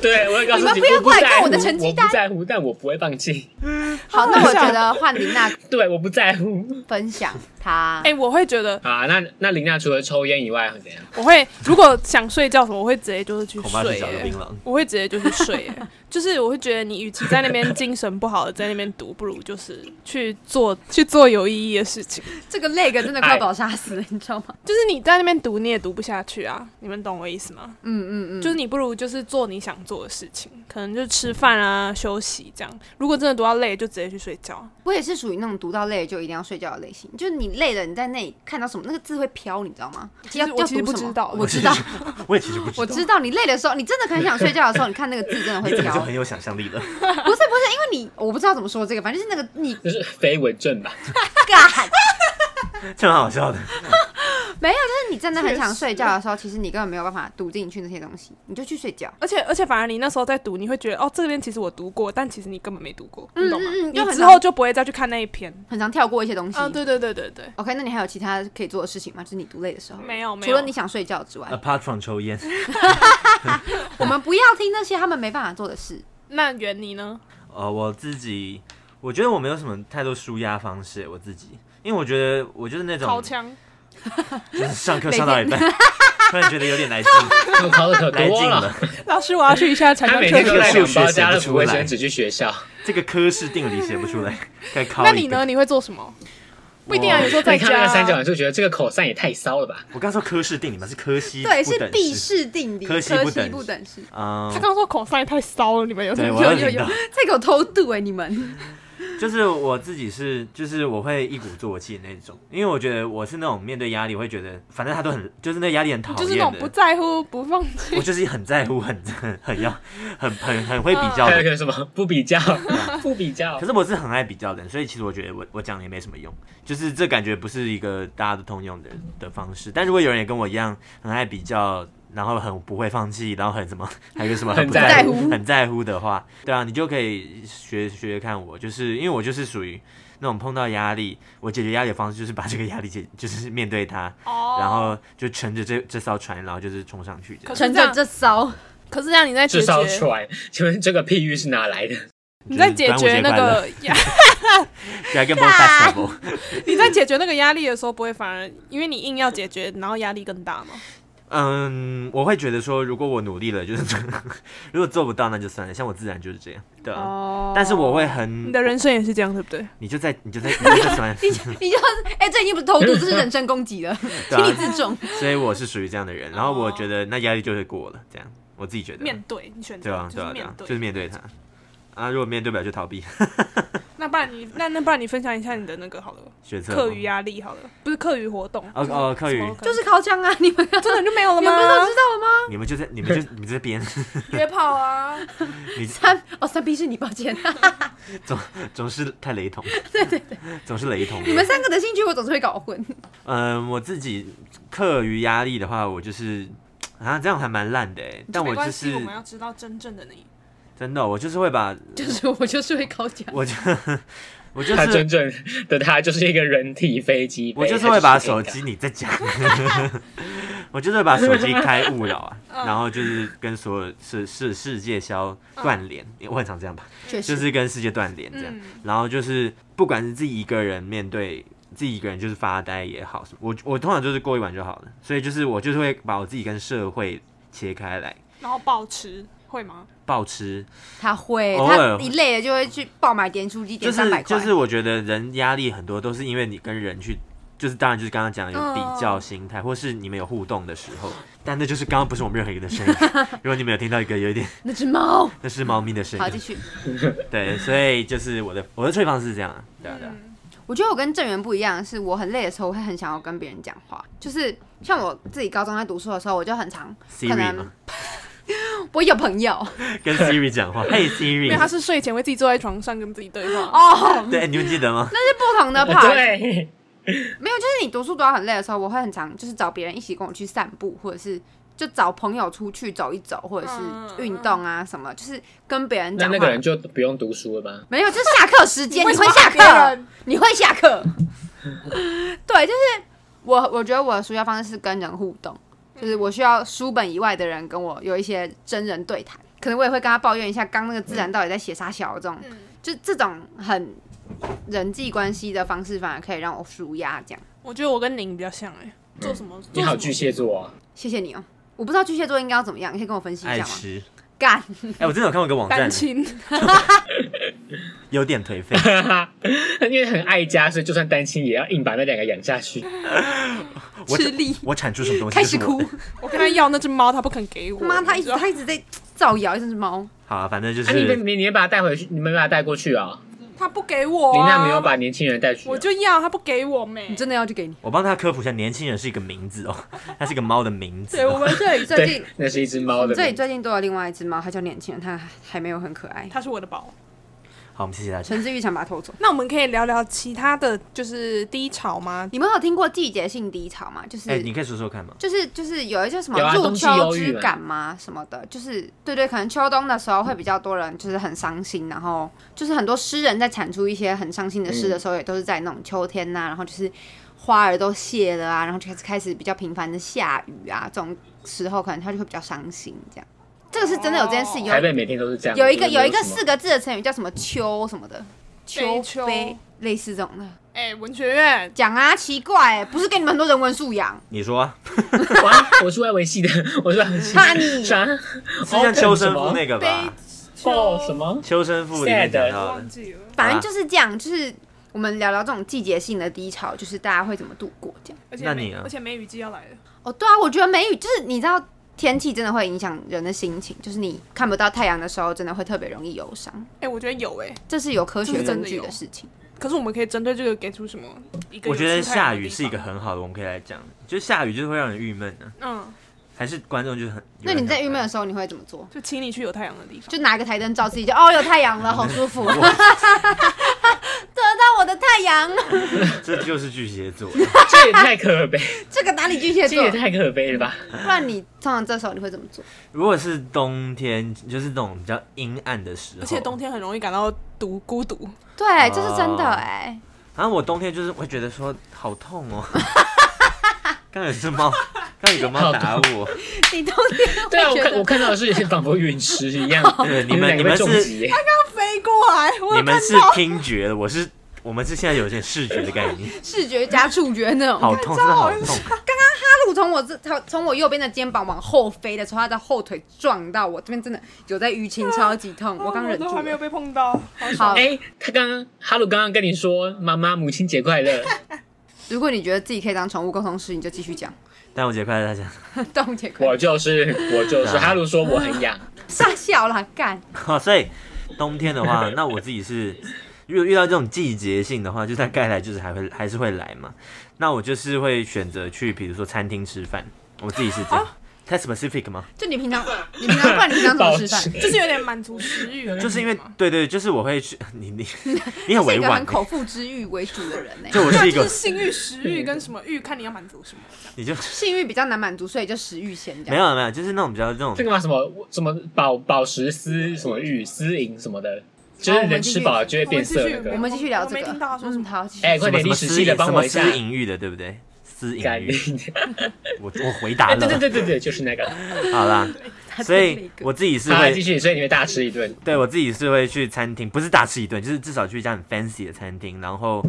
Speaker 4: 对，我也告诉
Speaker 1: 你们
Speaker 4: 自己
Speaker 1: 不要
Speaker 4: 我
Speaker 1: 过来
Speaker 4: 在
Speaker 1: 看我
Speaker 4: 乎
Speaker 1: 的成绩单
Speaker 4: 我不在乎，但我不会放弃。
Speaker 1: 好，那我觉得换琳娜
Speaker 4: 对，我不在乎。
Speaker 1: 分享她
Speaker 3: 哎、我会觉得，
Speaker 4: 啊，那那林娜除了抽烟以外，怎样？
Speaker 3: 我会如果想睡觉什么，我会直接就是去
Speaker 2: 恐怕是
Speaker 3: 睡、
Speaker 2: 小的
Speaker 3: 欸
Speaker 2: 槟。榔。
Speaker 3: 我会直接就去睡、欸，就是我会觉得你与其在那边精神不好的在那边读，不如就是去做去做有意义的事情。
Speaker 1: 这个 leg 真的快把我杀死了，你知道吗？
Speaker 3: 就是你在那边读，你也读不下去啊！你们懂我意思吗？
Speaker 1: 嗯嗯嗯，
Speaker 3: 就是你不如就是做你想做的事情，可能就吃饭啊、休息这样。如果真的读到累，就直接去睡觉。
Speaker 1: 我也是属于那种读到累了就一定要睡觉的类型，就是你累了，你在那里看到什么，那个字会飘，你知道吗？
Speaker 3: 其实
Speaker 1: 要
Speaker 3: 我
Speaker 1: 要
Speaker 3: 其实
Speaker 1: 读
Speaker 3: 不
Speaker 1: 什么
Speaker 3: 知道
Speaker 1: 我知道，
Speaker 2: 我也其实不知道，
Speaker 1: 我知道，你累的时候，你真的很想睡觉的时候，你看那个字真的会
Speaker 2: 你怎么
Speaker 1: 飘，
Speaker 2: 就很有想象力了？
Speaker 1: 不是不是，因为你我不知道怎么说这个，反正就是那个你
Speaker 4: 就是飞蚊 症吧？
Speaker 1: 干，
Speaker 2: 这蛮好 笑的。
Speaker 1: 就是你真的很想睡觉的时候，其实你根本没有办法读进去那些东西，你就去睡觉。
Speaker 3: 而且而且，反而你那时候在读，你会觉得哦，这边其实我读过，但其实你根本没读过，
Speaker 1: 嗯
Speaker 3: 你懂吗？
Speaker 1: 嗯嗯就很
Speaker 3: 你之后就不会再去看那一篇。
Speaker 1: 很常跳过一些东西。
Speaker 3: 啊，对对对对对，
Speaker 1: OK，那你还有其他可以做的事情吗？就是你读累的时候，
Speaker 3: 没有没有
Speaker 1: 除了你想睡觉之
Speaker 4: 呃
Speaker 1: 外，
Speaker 2: Apart from 抽烟，
Speaker 1: 我们不要听那些他们没办法做的事。
Speaker 3: 那袁你呢？
Speaker 2: 呃，我自己我觉得我没有什么太多舒压方式，我自己，因为我觉得我就是那
Speaker 3: 掏
Speaker 2: 种
Speaker 3: 枪，
Speaker 2: 就是上课上到一半， 突然觉得有点 来劲，
Speaker 4: 我考的可
Speaker 2: 来
Speaker 4: 多
Speaker 2: 劲
Speaker 4: 了
Speaker 2: 了。。
Speaker 3: 老师，我要去一下彩
Speaker 4: 他
Speaker 3: 妆
Speaker 4: 每
Speaker 3: 课
Speaker 4: 天都
Speaker 2: 这个
Speaker 4: 带
Speaker 2: 数
Speaker 3: 学。
Speaker 4: 两
Speaker 2: 学
Speaker 4: 包
Speaker 2: 写
Speaker 4: 加
Speaker 2: 不
Speaker 4: 了
Speaker 2: 出
Speaker 4: 不会
Speaker 2: 来
Speaker 4: 选址去学校。
Speaker 2: 这个科氏定理写不出来，该考。
Speaker 3: 那你呢？？你会做什么？不一定啊，
Speaker 2: 我
Speaker 3: 有时候在
Speaker 4: 你看
Speaker 3: 家
Speaker 4: 那个三角
Speaker 3: 啊。
Speaker 4: 函数，觉得这个口散也太骚了吧？
Speaker 2: 我刚说科氏定理嘛，是科西
Speaker 1: 对，
Speaker 2: 不
Speaker 1: 是
Speaker 2: 等
Speaker 1: 地
Speaker 2: 式。
Speaker 1: 势定理，
Speaker 2: 科
Speaker 1: 科
Speaker 2: 系不等式
Speaker 1: 不等式。
Speaker 2: 嗯
Speaker 3: 他，刚说口塞太骚了，你们有
Speaker 2: 对，
Speaker 3: 有
Speaker 2: 我要
Speaker 3: 有
Speaker 2: 领
Speaker 3: 有
Speaker 2: 到。，
Speaker 1: 这个我偷渡哎、你们
Speaker 2: 就是我自己是，就是我会一鼓作气的那种，因为我觉得我是那种面对压力，我会觉得反正他都很，就是那压力很讨厌的，
Speaker 3: 就是那种不在乎、不放
Speaker 2: 我
Speaker 3: 弃。
Speaker 2: 就是很在乎，很 很很要，很很很会比
Speaker 3: 嗯
Speaker 2: 较
Speaker 4: 还有一
Speaker 2: 的。
Speaker 4: 个什么不 比较，不比较
Speaker 2: 可。是我是很爱比较的人，所以其实我觉得我我讲也没什么用，就是这感觉不是一个大家都通用的的方式。但如果有人也跟我一样很爱比较，然后很不会放弃，然后很什么，还有一个什么
Speaker 4: 很
Speaker 2: 不
Speaker 4: 在
Speaker 1: 乎
Speaker 2: 很在乎的话，对啊，你就可以学学学看我，就是因为我就是属于那种碰到压力，我解决压力的方式就是把这个压力解，就是面对它，
Speaker 3: 哦
Speaker 2: 然后就乘着这这艘船，然后就是冲上去这样。
Speaker 3: 可是
Speaker 1: 乘着这艘，
Speaker 3: 可是这样你在解
Speaker 4: 这艘
Speaker 3: 决，
Speaker 4: 船，请问这个譬喻是哪来的？
Speaker 3: 你在解决那个压，
Speaker 2: d r a g o n Ball Festival。
Speaker 3: 你在解决那个压力的时候，不会反而因为你硬要解决，然后压力更大吗？
Speaker 2: 嗯，我会觉得说，如果我努力了，就是 如果做不到，那就算了。像我自然就是这样，对啊。
Speaker 1: 哦
Speaker 2: 但是我会
Speaker 3: 你
Speaker 2: 很，
Speaker 3: 的人生也是这样，对不对？
Speaker 2: 你就在，你就在，你就在 算，
Speaker 1: 你就是哎、这已经不是偷渡，这是人身攻击了，请你
Speaker 2: 对啊。
Speaker 1: 自重。
Speaker 2: 所以我是属于这样的人，然后我觉得那压力就会过了，这样我自己觉得。
Speaker 3: 哦面对，你选
Speaker 2: 对
Speaker 3: 择
Speaker 2: 啊，对
Speaker 3: 就是
Speaker 2: 啊，对
Speaker 3: 面
Speaker 2: 啊，
Speaker 3: 对。
Speaker 2: 就是面对它。啊，如果面对不了就逃避，
Speaker 3: 那不然你那那不然你分享一下你的那个好了，
Speaker 2: 学测
Speaker 3: 课余
Speaker 2: 啊，
Speaker 3: 压力好了，不是课余活动
Speaker 2: 哦哦课余
Speaker 1: 就是是靠枪啊，你们
Speaker 3: 真的就没有了
Speaker 1: 你们不是都
Speaker 3: 吗
Speaker 1: 知？道了吗？
Speaker 2: 你们就在，你们就你们就在编，
Speaker 3: 约炮啊，
Speaker 2: 你
Speaker 1: 三哦，三 B 是你，抱歉，
Speaker 2: 总总是太雷 同。对对对，总是雷同。
Speaker 1: 你们三个的兴趣我总是会搞混。
Speaker 2: 嗯，我自己课余压力的话，我就是啊，这样还蛮烂的欸但
Speaker 3: 没
Speaker 2: 我
Speaker 3: 关
Speaker 2: 就
Speaker 3: 系，
Speaker 2: 是
Speaker 3: 我们要知道真正的你。
Speaker 2: 真的，我就是会把，
Speaker 1: 就是我就是会搞枪，
Speaker 2: 我就我就
Speaker 4: 他
Speaker 2: 是
Speaker 4: 真正的他就是一个人体飞机杯。
Speaker 2: 我就是会把手机，你在讲，我就是会把手机开勿扰啊，然后就是跟所有世世世界消断联，我很常这样吧，
Speaker 1: 确
Speaker 2: 就
Speaker 1: 实。
Speaker 2: 是跟世界断联这样
Speaker 3: 嗯，
Speaker 2: 然后就是不管是自己一个人面对。自己一个人就是发呆也好，什么我我通常就是过一晚就好了，所以就是我就是会把我自己跟社会切开来，
Speaker 3: 然后暴吃会吗？
Speaker 2: 暴吃，
Speaker 1: 他会，
Speaker 2: 偶
Speaker 1: 他
Speaker 2: 尔
Speaker 1: 一累了就会去爆买点数机，
Speaker 2: 就
Speaker 1: 点三
Speaker 2: 是
Speaker 1: 百块。
Speaker 2: 就是，我觉得人压力很多都是因为你跟人去，就是当然就是刚刚讲有比
Speaker 1: 嗯
Speaker 2: 较心态，或是你们有互动的时候，但那就是刚刚不是我们任何一个人的声音。 如果你们有听到一个有一点，
Speaker 1: 那只猫。
Speaker 2: 那是猫咪的声
Speaker 1: 好，继
Speaker 2: 音。
Speaker 1: 续。
Speaker 2: 对，所以就是我的我的退方式是这样啊，对啊对啊。
Speaker 1: 我觉得我跟郑源不一样，是我很累的时候，我会很想要跟别人讲话。就是像我自己高中在读书的时候，我就很常可
Speaker 2: Siri
Speaker 1: 能
Speaker 2: 嘛，
Speaker 1: 我有朋友
Speaker 2: 跟 Siri 讲话，嘿
Speaker 3: 因为他
Speaker 2: Siri，
Speaker 3: 是睡前会自己坐在床上跟自己对话。
Speaker 1: 哦，
Speaker 2: 对，你们记得吗？
Speaker 1: 那是不同的 part，
Speaker 4: 对，
Speaker 1: 没有，就是你读书读到很累的时候，我会很常就是找别人一起跟我去散步，或者是就找朋友出去走一走，或者
Speaker 3: 嗯
Speaker 1: 是运动啊什么，就是跟别人
Speaker 4: 那
Speaker 1: 讲
Speaker 4: 那个
Speaker 1: 话。
Speaker 4: 人就不用读书了吧？
Speaker 1: 没有，就是下课时 间，
Speaker 3: 为
Speaker 1: 你
Speaker 3: 什
Speaker 1: 会
Speaker 3: 么
Speaker 1: 下
Speaker 3: 要别
Speaker 1: 课
Speaker 3: 人，
Speaker 1: 你会下课。 对，就是我，我觉得我的舒压方式是跟人互动，就是我需要书本以外的人跟我有一些真人对谈，可能我也会跟他抱怨一下刚那个自然到底在写啥小这种，就这种很人际关系的方式，反而可以让我舒压这样。
Speaker 3: 我觉得我跟您比较像哎、做什么？
Speaker 4: 你
Speaker 3: 做什
Speaker 4: 好
Speaker 3: 么
Speaker 4: 巨蟹座、啊，
Speaker 1: 谢谢你哦。我不知道巨蟹座应该要怎么样，你可以跟我分析一
Speaker 2: 爱
Speaker 1: 下吗？
Speaker 2: 吃，
Speaker 1: 干，
Speaker 2: 哎，我真的有看过一个网站
Speaker 3: 单，亲，
Speaker 2: 有点颓废。
Speaker 4: 因为很爱家，所以就算单亲也要硬把那两个养下去。
Speaker 2: 我
Speaker 3: 吃力
Speaker 2: 我产出什么东西？
Speaker 1: 开始
Speaker 2: 这是我
Speaker 1: 哭
Speaker 2: 的。，
Speaker 3: 我跟他要那只猫，他不肯给我。
Speaker 1: 妈，他一直
Speaker 3: 你知道
Speaker 1: 他一直在造谣，一只猫。
Speaker 2: 好啊，反正就
Speaker 4: 啊，你们
Speaker 2: 是
Speaker 4: 你你们把他带回去，你们把他带过去啊、
Speaker 3: 他不给我、
Speaker 4: 你
Speaker 3: 啊，
Speaker 4: 那没有把年轻人带去、啊，
Speaker 3: 我就要，他不给我没。
Speaker 1: 你真的要去给你？
Speaker 2: 我帮他科普一下，年轻人是一个名字哦，它是一个猫的名字
Speaker 3: 对，我
Speaker 2: 哦。
Speaker 3: 们
Speaker 1: 这里最
Speaker 4: 对
Speaker 1: 近，，
Speaker 4: 那是一只猫的
Speaker 1: 这里
Speaker 4: 名字。
Speaker 1: 最近多了另外一只猫，它叫年轻人，它还还没有很可爱。
Speaker 3: 他是我的宝。
Speaker 2: 好，我们谢谢大家。
Speaker 1: 陈志玉想把它偷走。
Speaker 3: 那我们可以聊聊其他的就是低潮吗？
Speaker 1: 你们有听过季节性低潮吗？就是、
Speaker 2: 哎，你可以说说看嘛。
Speaker 1: 就是就是有一些什么
Speaker 4: 有啊
Speaker 1: 入
Speaker 4: 冬季
Speaker 1: 秋
Speaker 4: 忧郁
Speaker 1: 之
Speaker 4: 嘛
Speaker 1: 感吗？什么的，就是对对，可能秋冬的时候会比较多人就是很伤心，然后就是很多诗人在产出一些很伤心的
Speaker 4: 嗯
Speaker 1: 诗的时候，也都是在那种秋天呐、然后就是花儿都谢了啊，然后就开始开始比较频繁的下雨啊，这种时候可能他就会比较伤心这样。这个是真的有这件事，有
Speaker 4: 台北每天都是这样。
Speaker 1: 有一个
Speaker 4: 哦就是没
Speaker 1: 有一个
Speaker 4: 什么
Speaker 1: 四个字的成语叫什么秋什么的，秋
Speaker 3: 悲秋
Speaker 1: 悲类似这种的。
Speaker 3: 哎、文学院，
Speaker 1: 讲啊，奇怪、不是给你们很多人文素 养，
Speaker 2: 你说啊，
Speaker 4: 哇，我是外围系的， 我是外围系的。
Speaker 1: 怕你
Speaker 4: 啥？
Speaker 2: 是像丘生
Speaker 4: 哦
Speaker 2: 夫那个
Speaker 3: 悲
Speaker 2: 吧？
Speaker 3: 秋
Speaker 4: 哦什？么？
Speaker 2: 丘生夫里面讲到的
Speaker 3: 忘，记了，
Speaker 1: 反正就是这样，就是我们聊聊这种季节性的低潮，就是大家会怎么度过这样。
Speaker 3: 而且
Speaker 2: 那
Speaker 3: 梅
Speaker 2: 你啊
Speaker 3: 而且梅雨季要来了，
Speaker 1: 哦，对啊，我觉得梅雨就是你知道天气真的会影响人的心情，就是你看不到太阳的时候，真的会特别容易忧伤，
Speaker 3: 哎、我觉得有哎、
Speaker 1: 这是有科
Speaker 3: 这
Speaker 1: 学
Speaker 3: 是真
Speaker 1: 根
Speaker 3: 的
Speaker 1: 据的
Speaker 3: 有
Speaker 1: 事情。
Speaker 3: 可是我们可以针对这个给出什么？一个
Speaker 2: 我觉得
Speaker 3: 有出太阳
Speaker 2: 下
Speaker 3: 的
Speaker 2: 雨
Speaker 3: 地
Speaker 2: 是一个
Speaker 3: 方，
Speaker 2: 很好的，我们可以来讲。就是下雨就是会让人郁闷啊，
Speaker 3: 嗯，
Speaker 2: 还是观众就是很。
Speaker 1: 那你在郁闷的
Speaker 2: 时
Speaker 1: 时候，你会怎么做？
Speaker 3: 就请你去有太阳的地方。
Speaker 1: 就拿一个台灯照自己，就哦，有太阳了，好舒 服，得到我的太阳。
Speaker 2: 候，这就是巨蟹座。
Speaker 4: 这也太 可悲，
Speaker 1: 这个哪里巨蟹
Speaker 4: 这
Speaker 1: 座
Speaker 4: 也？太可悲了吧！
Speaker 1: 不然你通常这时候你会怎么做？
Speaker 2: 如果是冬天，就是那种比较阴暗的时候，
Speaker 3: 而且冬天很容易感到独孤独，
Speaker 1: 对，这是真的
Speaker 2: 哦
Speaker 1: 哎、
Speaker 2: 然后我冬天就是会觉得说好痛哦。 刚有只 猫，刚有个猫打我。
Speaker 1: 你冬天
Speaker 4: 对啊，
Speaker 1: 会
Speaker 4: 我
Speaker 1: 觉
Speaker 4: 看
Speaker 1: 得
Speaker 4: 我看到的是仿佛陨石一样，
Speaker 2: 对你们
Speaker 4: 两个被重击耶，
Speaker 3: 飞过来，
Speaker 2: 你
Speaker 3: 我有看
Speaker 2: 们
Speaker 3: 到
Speaker 2: 是听觉的，我是我们是现在有点视觉的概 念，
Speaker 1: 视觉加触觉那种。
Speaker 2: 好痛，真的好痛。
Speaker 1: 他如从我这他从我右边的肩膀往后飞的时候，他的后腿撞到我这边，真的有在淤青，超级痛，我刚忍
Speaker 3: 都
Speaker 1: 住
Speaker 3: 还没有
Speaker 1: 了。
Speaker 3: 被碰到，好爽
Speaker 1: 好，
Speaker 4: 哎、他刚刚哈鲁刚刚跟你说妈妈母亲节快 乐，
Speaker 1: 如果你觉得自己可以当宠物沟通师，你就继续讲。
Speaker 2: 端午节快乐，大家！
Speaker 1: 端午节快乐
Speaker 4: 我就是我就是
Speaker 2: 啊
Speaker 4: 哈鲁说我很痒，
Speaker 1: 傻 笑啦，干！
Speaker 2: 好，所以冬天的话，那我自己是遇遇到这种季节性的话，就大概来就是还会还是会来嘛。那我就是会选择去，比如说餐厅吃饭，我自己是这样。太 specific 吗？
Speaker 1: 就你平常，你平常不然你平常怎么吃饭？
Speaker 4: 抱歉
Speaker 3: 就是有点满足食欲而已嘛，
Speaker 2: 就是因为对对，就是我会去你你你很
Speaker 1: 是一
Speaker 2: 委
Speaker 1: 个很
Speaker 2: 婉，欸
Speaker 1: 口腹之欲为主的人呢、欸
Speaker 2: 就我
Speaker 3: 那
Speaker 2: 是一
Speaker 3: 啊 就
Speaker 2: 个
Speaker 3: 是性欲、食欲跟什么欲，看你要满足什么。
Speaker 2: 你就
Speaker 1: 性欲比较难满足，所以就食欲先这
Speaker 2: 没
Speaker 1: 样。
Speaker 2: 有没有，就是那种比较那种
Speaker 4: 这个嘛什么什么宝宝石丝什么玉丝银什么的，就是
Speaker 1: 好我们
Speaker 4: 人
Speaker 1: 继
Speaker 4: 吃
Speaker 1: 续
Speaker 4: 饱了就会变色那
Speaker 3: 我
Speaker 1: 我
Speaker 4: 个。
Speaker 1: 们继续聊这
Speaker 3: 我
Speaker 1: 个。
Speaker 3: 没听到他说什么
Speaker 1: 嗯，好，继续
Speaker 4: 哎、快
Speaker 2: 什么
Speaker 4: 点，
Speaker 2: 什
Speaker 4: 你
Speaker 2: 么
Speaker 4: 史
Speaker 2: 私
Speaker 4: 记的
Speaker 2: 隐
Speaker 4: 帮
Speaker 2: 什
Speaker 4: 我
Speaker 2: 么
Speaker 4: 一下。
Speaker 2: 私隐欲的，对不对？私隐
Speaker 4: 干你
Speaker 2: 欲，！我我回答
Speaker 4: 哎， 对对
Speaker 2: 了，
Speaker 4: 对对对，就是那个。
Speaker 2: 好啦，所以我自己是
Speaker 4: 好，继
Speaker 2: 会，
Speaker 4: 续，所以你会大吃一顿。
Speaker 2: 对我自己是会去餐厅，不是大吃一顿，就是至少去一家很 fancy 的餐厅，然后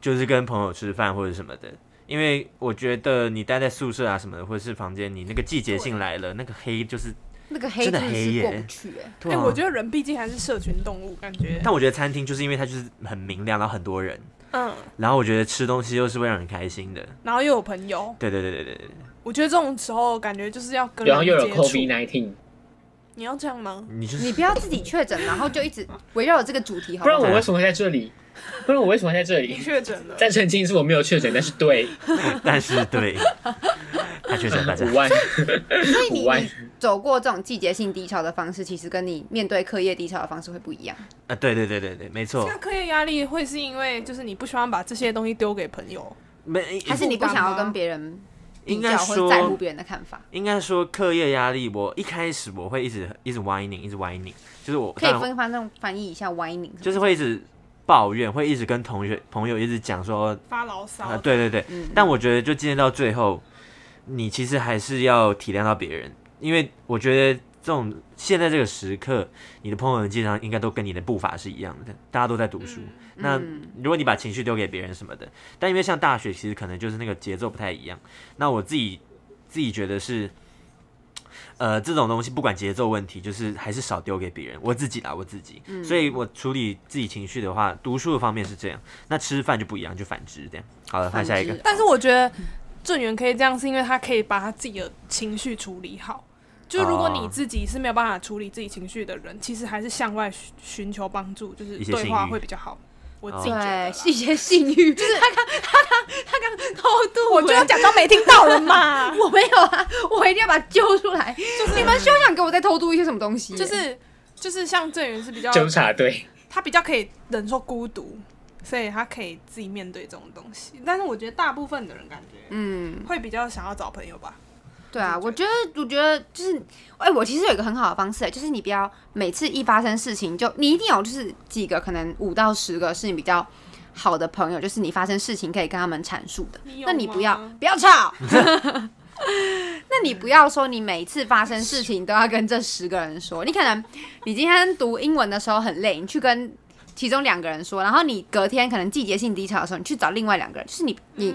Speaker 2: 就是跟朋友吃饭或者什么的。因为我觉得你待在宿舍啊什么的，或者是房间，你那个季节性来了，那个黑就是
Speaker 1: 那个黑
Speaker 2: 真的
Speaker 1: 真的
Speaker 2: 黑
Speaker 1: 是
Speaker 2: 耶
Speaker 1: 过不去哎、
Speaker 2: 对
Speaker 3: 哎、
Speaker 2: 啊
Speaker 3: 我觉得人毕竟还是社群动物，感觉
Speaker 2: 但我觉得餐厅就是因为它就是很明亮，然后很多人，
Speaker 3: 嗯，
Speaker 2: 然后我觉得吃东西又是会让人开心的。
Speaker 3: 然后又有朋友，
Speaker 2: 对对对对对对，
Speaker 3: 我觉得这种时候感觉就是要跟
Speaker 1: 啊
Speaker 4: 然后
Speaker 3: 人
Speaker 4: 又有
Speaker 3: 接
Speaker 4: COVID
Speaker 3: 触。
Speaker 4: nineteen，
Speaker 3: 你要这样吗？
Speaker 2: 你就是
Speaker 1: 你不要自己确诊，然后就一直围绕着这个主题好
Speaker 4: 不
Speaker 1: 不
Speaker 4: 然
Speaker 1: 好？
Speaker 4: 我为什么会在这里？不然我为什么在 这里？
Speaker 3: 确诊了
Speaker 4: 再澄清一次，我没有确诊，但是对
Speaker 2: 但是 对，他确诊大家
Speaker 1: 嗯
Speaker 4: 五万，
Speaker 1: 所以你
Speaker 4: 五万
Speaker 1: 你走过这种季节性低潮的方式，其实跟你面对课业低潮的方式会不一样。
Speaker 2: 啊，对对对对对，没错
Speaker 3: 那，课业压力会是因为就是你不希望把这些东西丢给朋友，
Speaker 2: 没
Speaker 1: 还是你不
Speaker 3: 负担
Speaker 1: 想要
Speaker 3: 吗
Speaker 1: 跟别人比
Speaker 2: 啊应该
Speaker 1: 较，或
Speaker 2: 说
Speaker 1: 者在乎别人的看法，
Speaker 2: 应该说课业压力，我一开始我会一直一直 whining，一直 whining，就是我
Speaker 1: 可以
Speaker 2: 当然
Speaker 1: 分翻正翻译一下 whining，
Speaker 2: 就是会一直抱怨，会一直跟同学朋友一直讲说
Speaker 3: 发牢骚。
Speaker 2: 啊，对对对，
Speaker 1: 嗯
Speaker 2: 但我觉得就进入到最后，你其实还是要体谅到别人，因为我觉得这种现在这个时刻，你的朋友们经常应该都跟你的步伐是一样的，大家都在
Speaker 3: 嗯
Speaker 2: 读书。
Speaker 1: 嗯
Speaker 2: 那如果你把情绪丢给别人什么的，但因为像大学，其实可能就是那个节奏不太一样。那我自己自己觉得是。呃，这种东西不管节奏问题，就是还是少丢给别人。我自己啦，我自己，
Speaker 1: 嗯
Speaker 2: 所以我处理自己情绪的话，读书的方面是这样，那吃饭就不一样，就反之这样。好了，换下一个
Speaker 1: 反。之哦
Speaker 3: 但是我觉得郑源可以这样，是因为他可以把他自己的情绪处理好。就是如果你
Speaker 2: 哦
Speaker 3: 自己是没有办法处理自己情绪的人，其实还是向外寻寻求帮助，就是
Speaker 2: 一些
Speaker 3: 对话
Speaker 2: 信誉
Speaker 3: 会比较好。我自己觉得啦
Speaker 1: 对，是一些性欲，就是他刚他刚他刚偷渡，我
Speaker 3: 我就要假装没听到了 嘛。
Speaker 1: 我没有啊，我一定要把它揪出来。你们休想给我再偷渡一些什么东西，
Speaker 3: 就是就是像郑源是比较，
Speaker 4: 纠察队，
Speaker 3: 他比较可以忍受孤独，所以他可以自己面对这种东西。但是我觉得大部分的人感觉
Speaker 1: 嗯。
Speaker 3: 会比较想要找朋友吧。
Speaker 1: 对啊，我觉得，我觉得就是，哎、我其实有一个很好的方式，欸就是你不要每次一发生事情就，你一定有就是几个，可能五到十个是你比较好的朋友，就是你发生事情可以跟他们阐述的。
Speaker 3: 你有
Speaker 1: 那你不要
Speaker 3: 吗
Speaker 1: 不要吵， 那你不要说你每次发生事情都要跟这十个人说，你可能你今天读英文的时候很累，你去跟。其中两个人说，然后你隔天可能季节性低潮的时候，你去找另外两个人，就是你你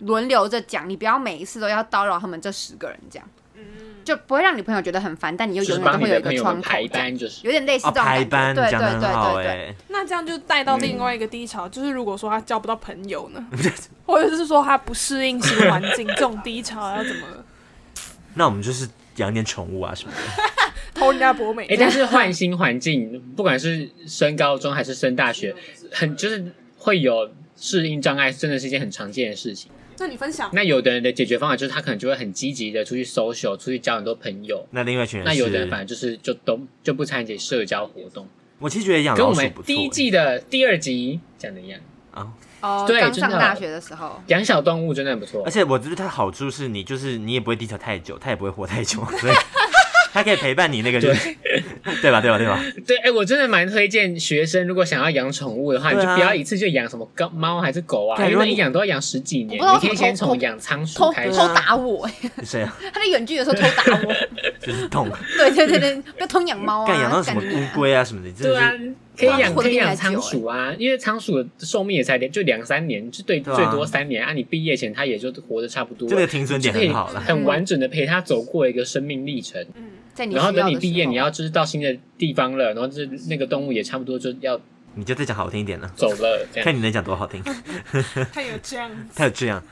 Speaker 1: 轮流着讲，你不要每一次都要叨扰他们这十个人，这样就不会让你朋友觉得很烦，但你又
Speaker 4: 就
Speaker 1: 永
Speaker 4: 是
Speaker 1: 远都
Speaker 4: 帮你
Speaker 1: 会 有
Speaker 4: 的
Speaker 1: 一个
Speaker 4: 朋友
Speaker 1: 窗
Speaker 4: 们
Speaker 1: 口
Speaker 4: 排哦
Speaker 1: 这样，
Speaker 4: 班，就是
Speaker 1: 有点类似
Speaker 2: 啊，
Speaker 1: 这种感
Speaker 2: 排
Speaker 1: 觉。
Speaker 2: 班
Speaker 1: 对对
Speaker 2: 讲的很好
Speaker 1: 对
Speaker 2: 哎、
Speaker 1: 对
Speaker 3: 那这样就带到另外一个低潮，就是如果说他交不到朋友 呢，或者是说他不适应新环境，这种低潮要怎么
Speaker 2: 那我们就是养点宠物啊什么的。
Speaker 3: 偷人家博美？
Speaker 4: 哎、但是换新环境，不管是升高中还是升大学，很就是会有适应障碍，真的是一件很常见的事情。
Speaker 3: 那你分享
Speaker 4: 那有的人的解决方法就是他可能就会很积极的出去 social，出去交很多朋友。
Speaker 2: 那另外一群人
Speaker 4: 那
Speaker 2: 是，
Speaker 4: 有的人反正就是就都就不参与社交活动，
Speaker 2: 我其实觉得养
Speaker 4: 跟我
Speaker 2: 老鼠
Speaker 4: 们
Speaker 2: 不错、
Speaker 4: 第一
Speaker 2: 欸。
Speaker 4: 季的第二集讲的一样。
Speaker 2: 啊，
Speaker 1: 哦，
Speaker 3: 呃
Speaker 4: 对
Speaker 1: 刚
Speaker 4: 真
Speaker 1: 上
Speaker 4: 的
Speaker 1: 大学的时候，
Speaker 4: 养小动物真的很不错
Speaker 2: 而，且我觉得它好处是你就是你也不会低潮太久，它也不会活太久，所以它可以陪伴你那个就是， 对吧？对吧？对吧？
Speaker 4: 对，哎、我真的蛮推荐学生，如果想要养宠物的话，你
Speaker 2: 对啊
Speaker 4: 就不要一次就养什么狗、猫还是狗啊，
Speaker 2: 对
Speaker 4: 因
Speaker 2: 如果
Speaker 4: 为
Speaker 2: 你
Speaker 4: 你养都要养十几年，
Speaker 1: 我不知道
Speaker 4: 你可以先
Speaker 1: 怎么
Speaker 4: 从
Speaker 1: 偷
Speaker 4: 养仓鼠
Speaker 1: 偷
Speaker 4: 开始
Speaker 2: 啊。
Speaker 1: 偷打我， 哎
Speaker 2: 谁啊？
Speaker 1: 他在远距的时候偷打 我，
Speaker 2: 就是痛，
Speaker 1: 对对对对，不要偷养猫啊，
Speaker 2: 干养到什么
Speaker 1: 干
Speaker 4: 嗯
Speaker 1: 你啊
Speaker 2: 乌龟啊什么的，真
Speaker 4: 对
Speaker 2: 的
Speaker 4: 啊
Speaker 2: 是，
Speaker 4: 可以
Speaker 1: 哇
Speaker 4: 养
Speaker 1: 活得
Speaker 4: 可以
Speaker 1: 比你还
Speaker 4: 养仓鼠啊，因为仓鼠的寿命也才两就两三年，就最
Speaker 2: 对啊
Speaker 4: 最多三年啊，你毕业前它也就活得差不多
Speaker 2: 这
Speaker 4: 了
Speaker 2: 个，停损点
Speaker 4: 就可以
Speaker 2: 很好了。
Speaker 4: 很完整的陪它走过一个生命历程。
Speaker 1: 在你
Speaker 4: 然后
Speaker 1: 需要的
Speaker 4: 等你毕业，
Speaker 1: 时候
Speaker 4: 你要就是到新的地方了，然后这那个动物也差不多就要
Speaker 2: 你就再讲好听一点了，
Speaker 4: 走了，这样。
Speaker 2: 看你能讲多好听。
Speaker 4: 嗯
Speaker 3: 他有这样子，
Speaker 2: 它有这样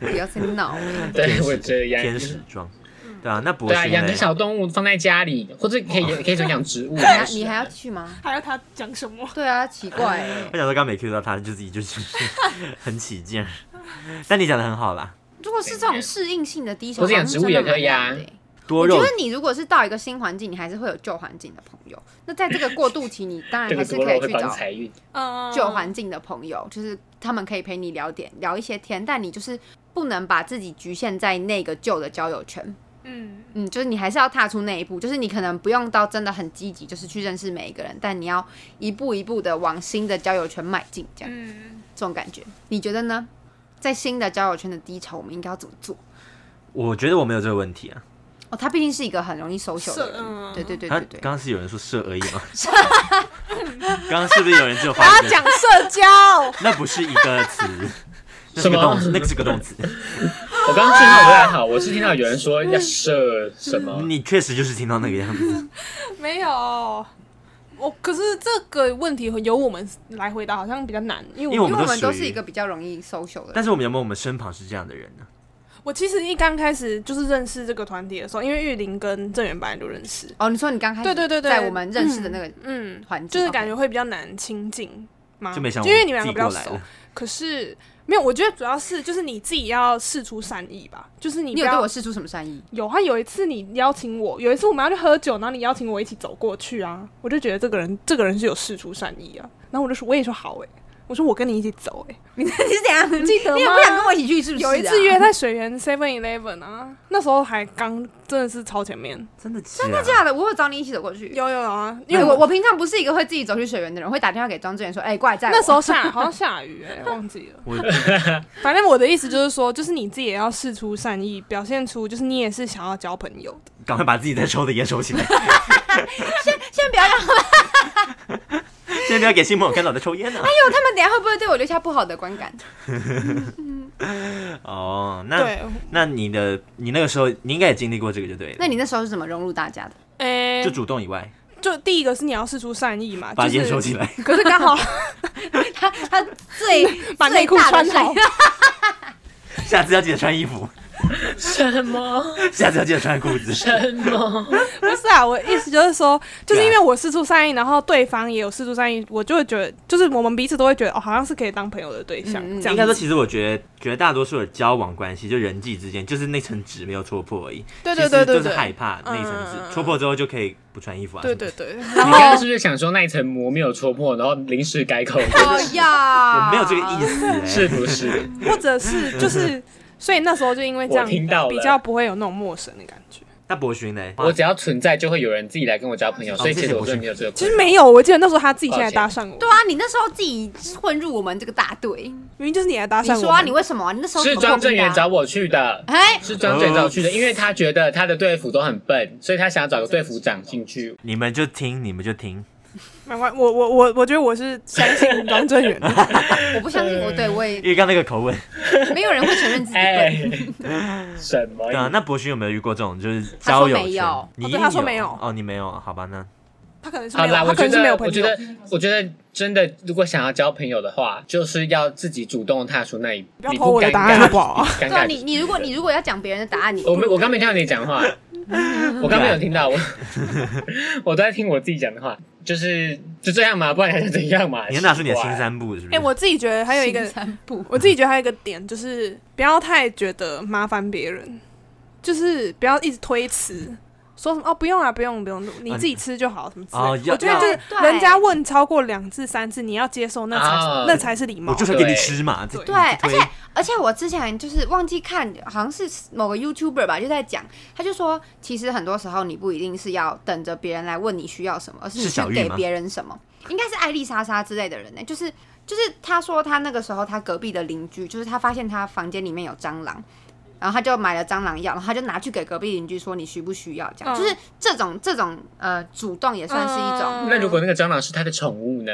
Speaker 1: 不要再闹 了。
Speaker 4: 对，我这样。
Speaker 2: 天使装，对啊，那博
Speaker 4: 对啊，
Speaker 2: 勋
Speaker 4: 养
Speaker 2: 呢
Speaker 4: 只？小动物放在家里，或者可以可以从养植物
Speaker 1: 你还
Speaker 4: 开始
Speaker 1: 你还要去吗？
Speaker 3: 还要他讲什么？
Speaker 1: 对啊，奇怪欸、
Speaker 4: 哎
Speaker 2: 我想说刚刚没 Q 到他，就自己就是 很起劲儿。但你讲的很好啦，
Speaker 1: 如果是这种适应性的低潮，
Speaker 4: 不是养植物也可以
Speaker 1: 好
Speaker 4: 啊
Speaker 1: 像真的蛮难的欸
Speaker 2: 多
Speaker 1: 我觉
Speaker 2: 肉
Speaker 1: 得你如果是到一个新环境，你还是会有旧环境的朋友。那在这个过渡期，你当
Speaker 4: 啊这
Speaker 1: 然还
Speaker 4: 个
Speaker 1: 是
Speaker 4: 多
Speaker 1: 可
Speaker 4: 肉
Speaker 1: 以
Speaker 4: 会
Speaker 1: 去
Speaker 4: 帮
Speaker 1: 找
Speaker 4: 财运。
Speaker 3: 嗯，
Speaker 1: 旧环境的朋友，就是他们可以陪你聊点聊一些天，但你就是不能把自己局限在那个旧的交友圈。
Speaker 3: 嗯，
Speaker 1: 嗯，就是你还是要踏出那一步，就是你可能不用到真的很积极，就是去认识每一个人，但你要一步一步的往新的交友圈迈进，这样、
Speaker 3: 嗯，
Speaker 1: 这种感觉，你觉得呢？在新的交友圈的低潮，我们应该要怎么做？
Speaker 2: 我觉得我没有这个问题啊。
Speaker 1: 哦，他毕竟是一个很容易收手的
Speaker 3: 是嗯
Speaker 1: 人，对对对
Speaker 2: 他
Speaker 1: 对对。
Speaker 2: 刚刚是有人说射而已 吗？ 刚刚是不是有人只有
Speaker 3: 他
Speaker 2: 发
Speaker 3: 要
Speaker 2: 一
Speaker 3: 讲
Speaker 2: 个？
Speaker 3: 社交，
Speaker 2: 那不是一个词， 那是
Speaker 4: 什
Speaker 2: 个
Speaker 4: 么
Speaker 2: 动词，那个是个动 词。
Speaker 4: 我刚刚信号不太好，我是听到有人说要射什么，
Speaker 2: 你确实就是听到那个样子。
Speaker 3: 嗯没有。我可是这个问题由我们来回答好像比较难，因为
Speaker 2: 因为
Speaker 3: 我
Speaker 2: 我
Speaker 1: 因
Speaker 2: 们
Speaker 1: 为
Speaker 2: 都
Speaker 1: 我们都
Speaker 2: 属于
Speaker 1: 是一个比较容易收手的人
Speaker 2: 但，是我们有没有我们身旁是这样的人呢？
Speaker 3: 我其实一刚开始就是认识这个团体的时候，因为玉林跟郑源本来就认识，
Speaker 1: 哦，你说你刚开始
Speaker 3: 对对对对，
Speaker 1: 在我们认识的那个
Speaker 3: 嗯，嗯
Speaker 1: 环境，
Speaker 3: 就是感觉会比比较难亲近。吗？
Speaker 2: 就没想
Speaker 3: 嗯因为你们两
Speaker 2: 自己
Speaker 3: 个比较
Speaker 2: 过来
Speaker 3: 熟
Speaker 2: 了，。
Speaker 3: 可是没有，我觉得主要是就是你自己要试出善意吧，就是你
Speaker 1: 你
Speaker 3: 不
Speaker 1: 有对
Speaker 3: 要
Speaker 1: 我。试出什么善意？
Speaker 3: 有啊，有一次你邀请我，有一次我们要去喝酒，然后你邀请我一起走过去啊，我就觉得这个人这个人是有事出善意啊，然后我就说我也说好哎、我说我跟你一起走哎、
Speaker 1: 你你是怎样？
Speaker 3: 记得 吗
Speaker 1: 你也不想跟我一起去，是不是啊、
Speaker 3: 有一次约在水源 Seven Eleven 啊，那时候还刚真的是超前面，
Speaker 2: 真的真
Speaker 1: 真的假的？我有找你一起走过去。
Speaker 3: 有有有啊，因
Speaker 1: 因
Speaker 3: 为
Speaker 1: 为我
Speaker 3: 我
Speaker 1: 我平常不是一个会自己走去水源的人，我会打电话给庄志远说：“哎、过来载我。”
Speaker 3: 那时候下好像下雨哎、忘记了。
Speaker 2: 我
Speaker 3: 反正我的意思就是说，就是你自己也要试出善意，表现出就是你也是想要交朋友的。
Speaker 2: 赶快把自己在抽的烟抽起 来，
Speaker 1: 先 不要哎让他们，
Speaker 2: 现在不要给新朋友看到我在抽烟
Speaker 3: 哎
Speaker 2: 呢、
Speaker 1: 因为他们等一下会不会对我留下不好的观感？
Speaker 2: 哦，那
Speaker 3: 对，
Speaker 2: 那你的你那个时候你应该也经历过这个就对了，
Speaker 1: 那 你那时候是怎么融入大家的？
Speaker 3: 诶、
Speaker 2: 就主动以外
Speaker 3: 就第一个是你要试出善意嘛，
Speaker 2: 把
Speaker 3: 就
Speaker 2: 烟
Speaker 3: 是
Speaker 2: 收起 来，
Speaker 3: 可是刚好
Speaker 1: 他他 最
Speaker 3: 把内裤
Speaker 1: 最大
Speaker 3: 穿
Speaker 1: 的
Speaker 3: 好
Speaker 1: 善意，
Speaker 2: 下次要记得穿衣服，
Speaker 4: 什么
Speaker 2: 下次要记得穿裤子。
Speaker 4: 什么？
Speaker 3: 不是啊，我意思就是说，就是因
Speaker 2: 对
Speaker 3: 为
Speaker 2: 啊
Speaker 3: 我试出善意，然后对方也有试出善意，我就会觉得，就是我们彼此都会觉得，哦，好像是可以当朋友的对象。
Speaker 1: 嗯嗯
Speaker 3: 这样
Speaker 2: 应该说，
Speaker 3: 子
Speaker 2: 其实我觉得绝大多数的交往关系，就人际之间，就是那层纸没有戳破而已。
Speaker 3: 对对对
Speaker 2: 其实
Speaker 3: 对
Speaker 2: 就是害
Speaker 3: 对，
Speaker 2: 怕那一层
Speaker 3: 嗯嗯嗯
Speaker 2: 纸戳破之后就可以不穿衣服啊。
Speaker 3: 对对。对，
Speaker 4: 你刚刚是不是想说那一层膜没有戳破，然后临时 改口？
Speaker 1: 哦呀，
Speaker 2: 我没有这个
Speaker 3: 啊
Speaker 2: 意。 思、欸，
Speaker 4: 是不是？
Speaker 3: 或者 是就是，所以那时候就因为这样
Speaker 4: 我听到了
Speaker 3: 比较不会有那种陌生的感觉。
Speaker 2: 那博勋呢？
Speaker 4: 我只要存在，就会有人自己来跟我交朋友，所以
Speaker 2: 哦
Speaker 4: 其实我真的没有这个困扰。
Speaker 3: 其实没有，我记得那时候他自己先来搭讪我，
Speaker 1: 对啊，你那时候自己混入我们这个大队，
Speaker 3: 明明就是你来搭
Speaker 1: 你
Speaker 3: 讪我。
Speaker 1: 说啊，你为什么啊、你那时候
Speaker 4: 是
Speaker 1: 怎么
Speaker 4: 庄正
Speaker 1: 破冰的啊
Speaker 4: 元找我去的，
Speaker 1: 哎，
Speaker 4: 是庄正元找我
Speaker 2: 哦
Speaker 4: 去的，因为他觉得他的队服都很笨，所以他想要找个队服长进去。
Speaker 2: 你们就听，你们就听。
Speaker 3: 没关，我我我我觉得我是相信庄正元的，
Speaker 1: 我不相信我对我也
Speaker 2: 因为刚那个口吻，
Speaker 1: 没有人会承认自己
Speaker 4: 呃哎
Speaker 1: 对。，
Speaker 4: 什么
Speaker 2: 对
Speaker 4: 意
Speaker 2: 啊。
Speaker 4: 思？
Speaker 2: 那博勋有没有遇过这种就是
Speaker 1: 他说
Speaker 2: 交友
Speaker 1: 没有
Speaker 2: 圈？你
Speaker 3: 哦
Speaker 2: 一
Speaker 3: 对
Speaker 2: 定
Speaker 3: 他说没有
Speaker 2: 哦，你没有，好吧那。
Speaker 3: 他可能是
Speaker 4: 好
Speaker 3: 没有，
Speaker 4: 啦，
Speaker 3: 他
Speaker 4: 我
Speaker 3: 可
Speaker 4: 觉
Speaker 3: 能是没有
Speaker 4: 得，
Speaker 3: 朋
Speaker 4: 我觉
Speaker 3: 友。
Speaker 4: 得，我觉得真的，如果想要交朋友的话，就是要自己主动踏出那一步。
Speaker 3: 不要
Speaker 4: 你
Speaker 3: 偷我的
Speaker 4: 尴
Speaker 3: 答案
Speaker 4: 尬
Speaker 3: 好不好？
Speaker 4: 尴
Speaker 1: 对啊，
Speaker 4: 尬。
Speaker 1: 你你如果你如果要讲别人的答案，你
Speaker 4: 我没，我刚没听到你 讲话，我刚没有听到，
Speaker 2: 啊
Speaker 4: 我我 都在听我自己讲的话，就是就这样嘛，不然还是怎样嘛？
Speaker 2: 你要拿出你的
Speaker 4: 奇
Speaker 2: 新
Speaker 4: 怪
Speaker 2: 三步，是不
Speaker 3: 哎、
Speaker 2: 是？
Speaker 3: 我自己觉得还有一个
Speaker 1: 行，三步，
Speaker 3: 我自己觉得还有一个点就是不要太觉得麻烦别人，就是不要一直推辞，说什么哦不用啊不用不用，你自己吃就好什么之类的。
Speaker 2: 哦要
Speaker 3: 我觉得就是
Speaker 1: 要
Speaker 3: 人家问超过两次三次，你要接受那才、
Speaker 4: 啊
Speaker 3: 那才是礼貌。
Speaker 2: 我就是要给你吃嘛。
Speaker 3: 对
Speaker 2: 这
Speaker 1: 对，而且而且我之前就是忘记看，好像是某个 YouTuber 吧，就在讲，他就说，其实很多时候你不一定是要等着别人来问你需要什么，而是你
Speaker 2: 是
Speaker 1: 去
Speaker 2: 小玉
Speaker 1: 给
Speaker 2: 吗
Speaker 1: 别人什么。应该是艾丽莎莎之类的人呢、就是就是他说他那个时候他隔壁的邻居，就是他发现他房间里面有蟑螂。然后他就买了蟑螂药，然后他就拿去给隔壁邻居说你需不需要，这样、
Speaker 3: 嗯
Speaker 1: 就是这种这种呃主动也算是一种。
Speaker 3: 嗯
Speaker 4: 那如果那个蟑螂是他的宠物 呢？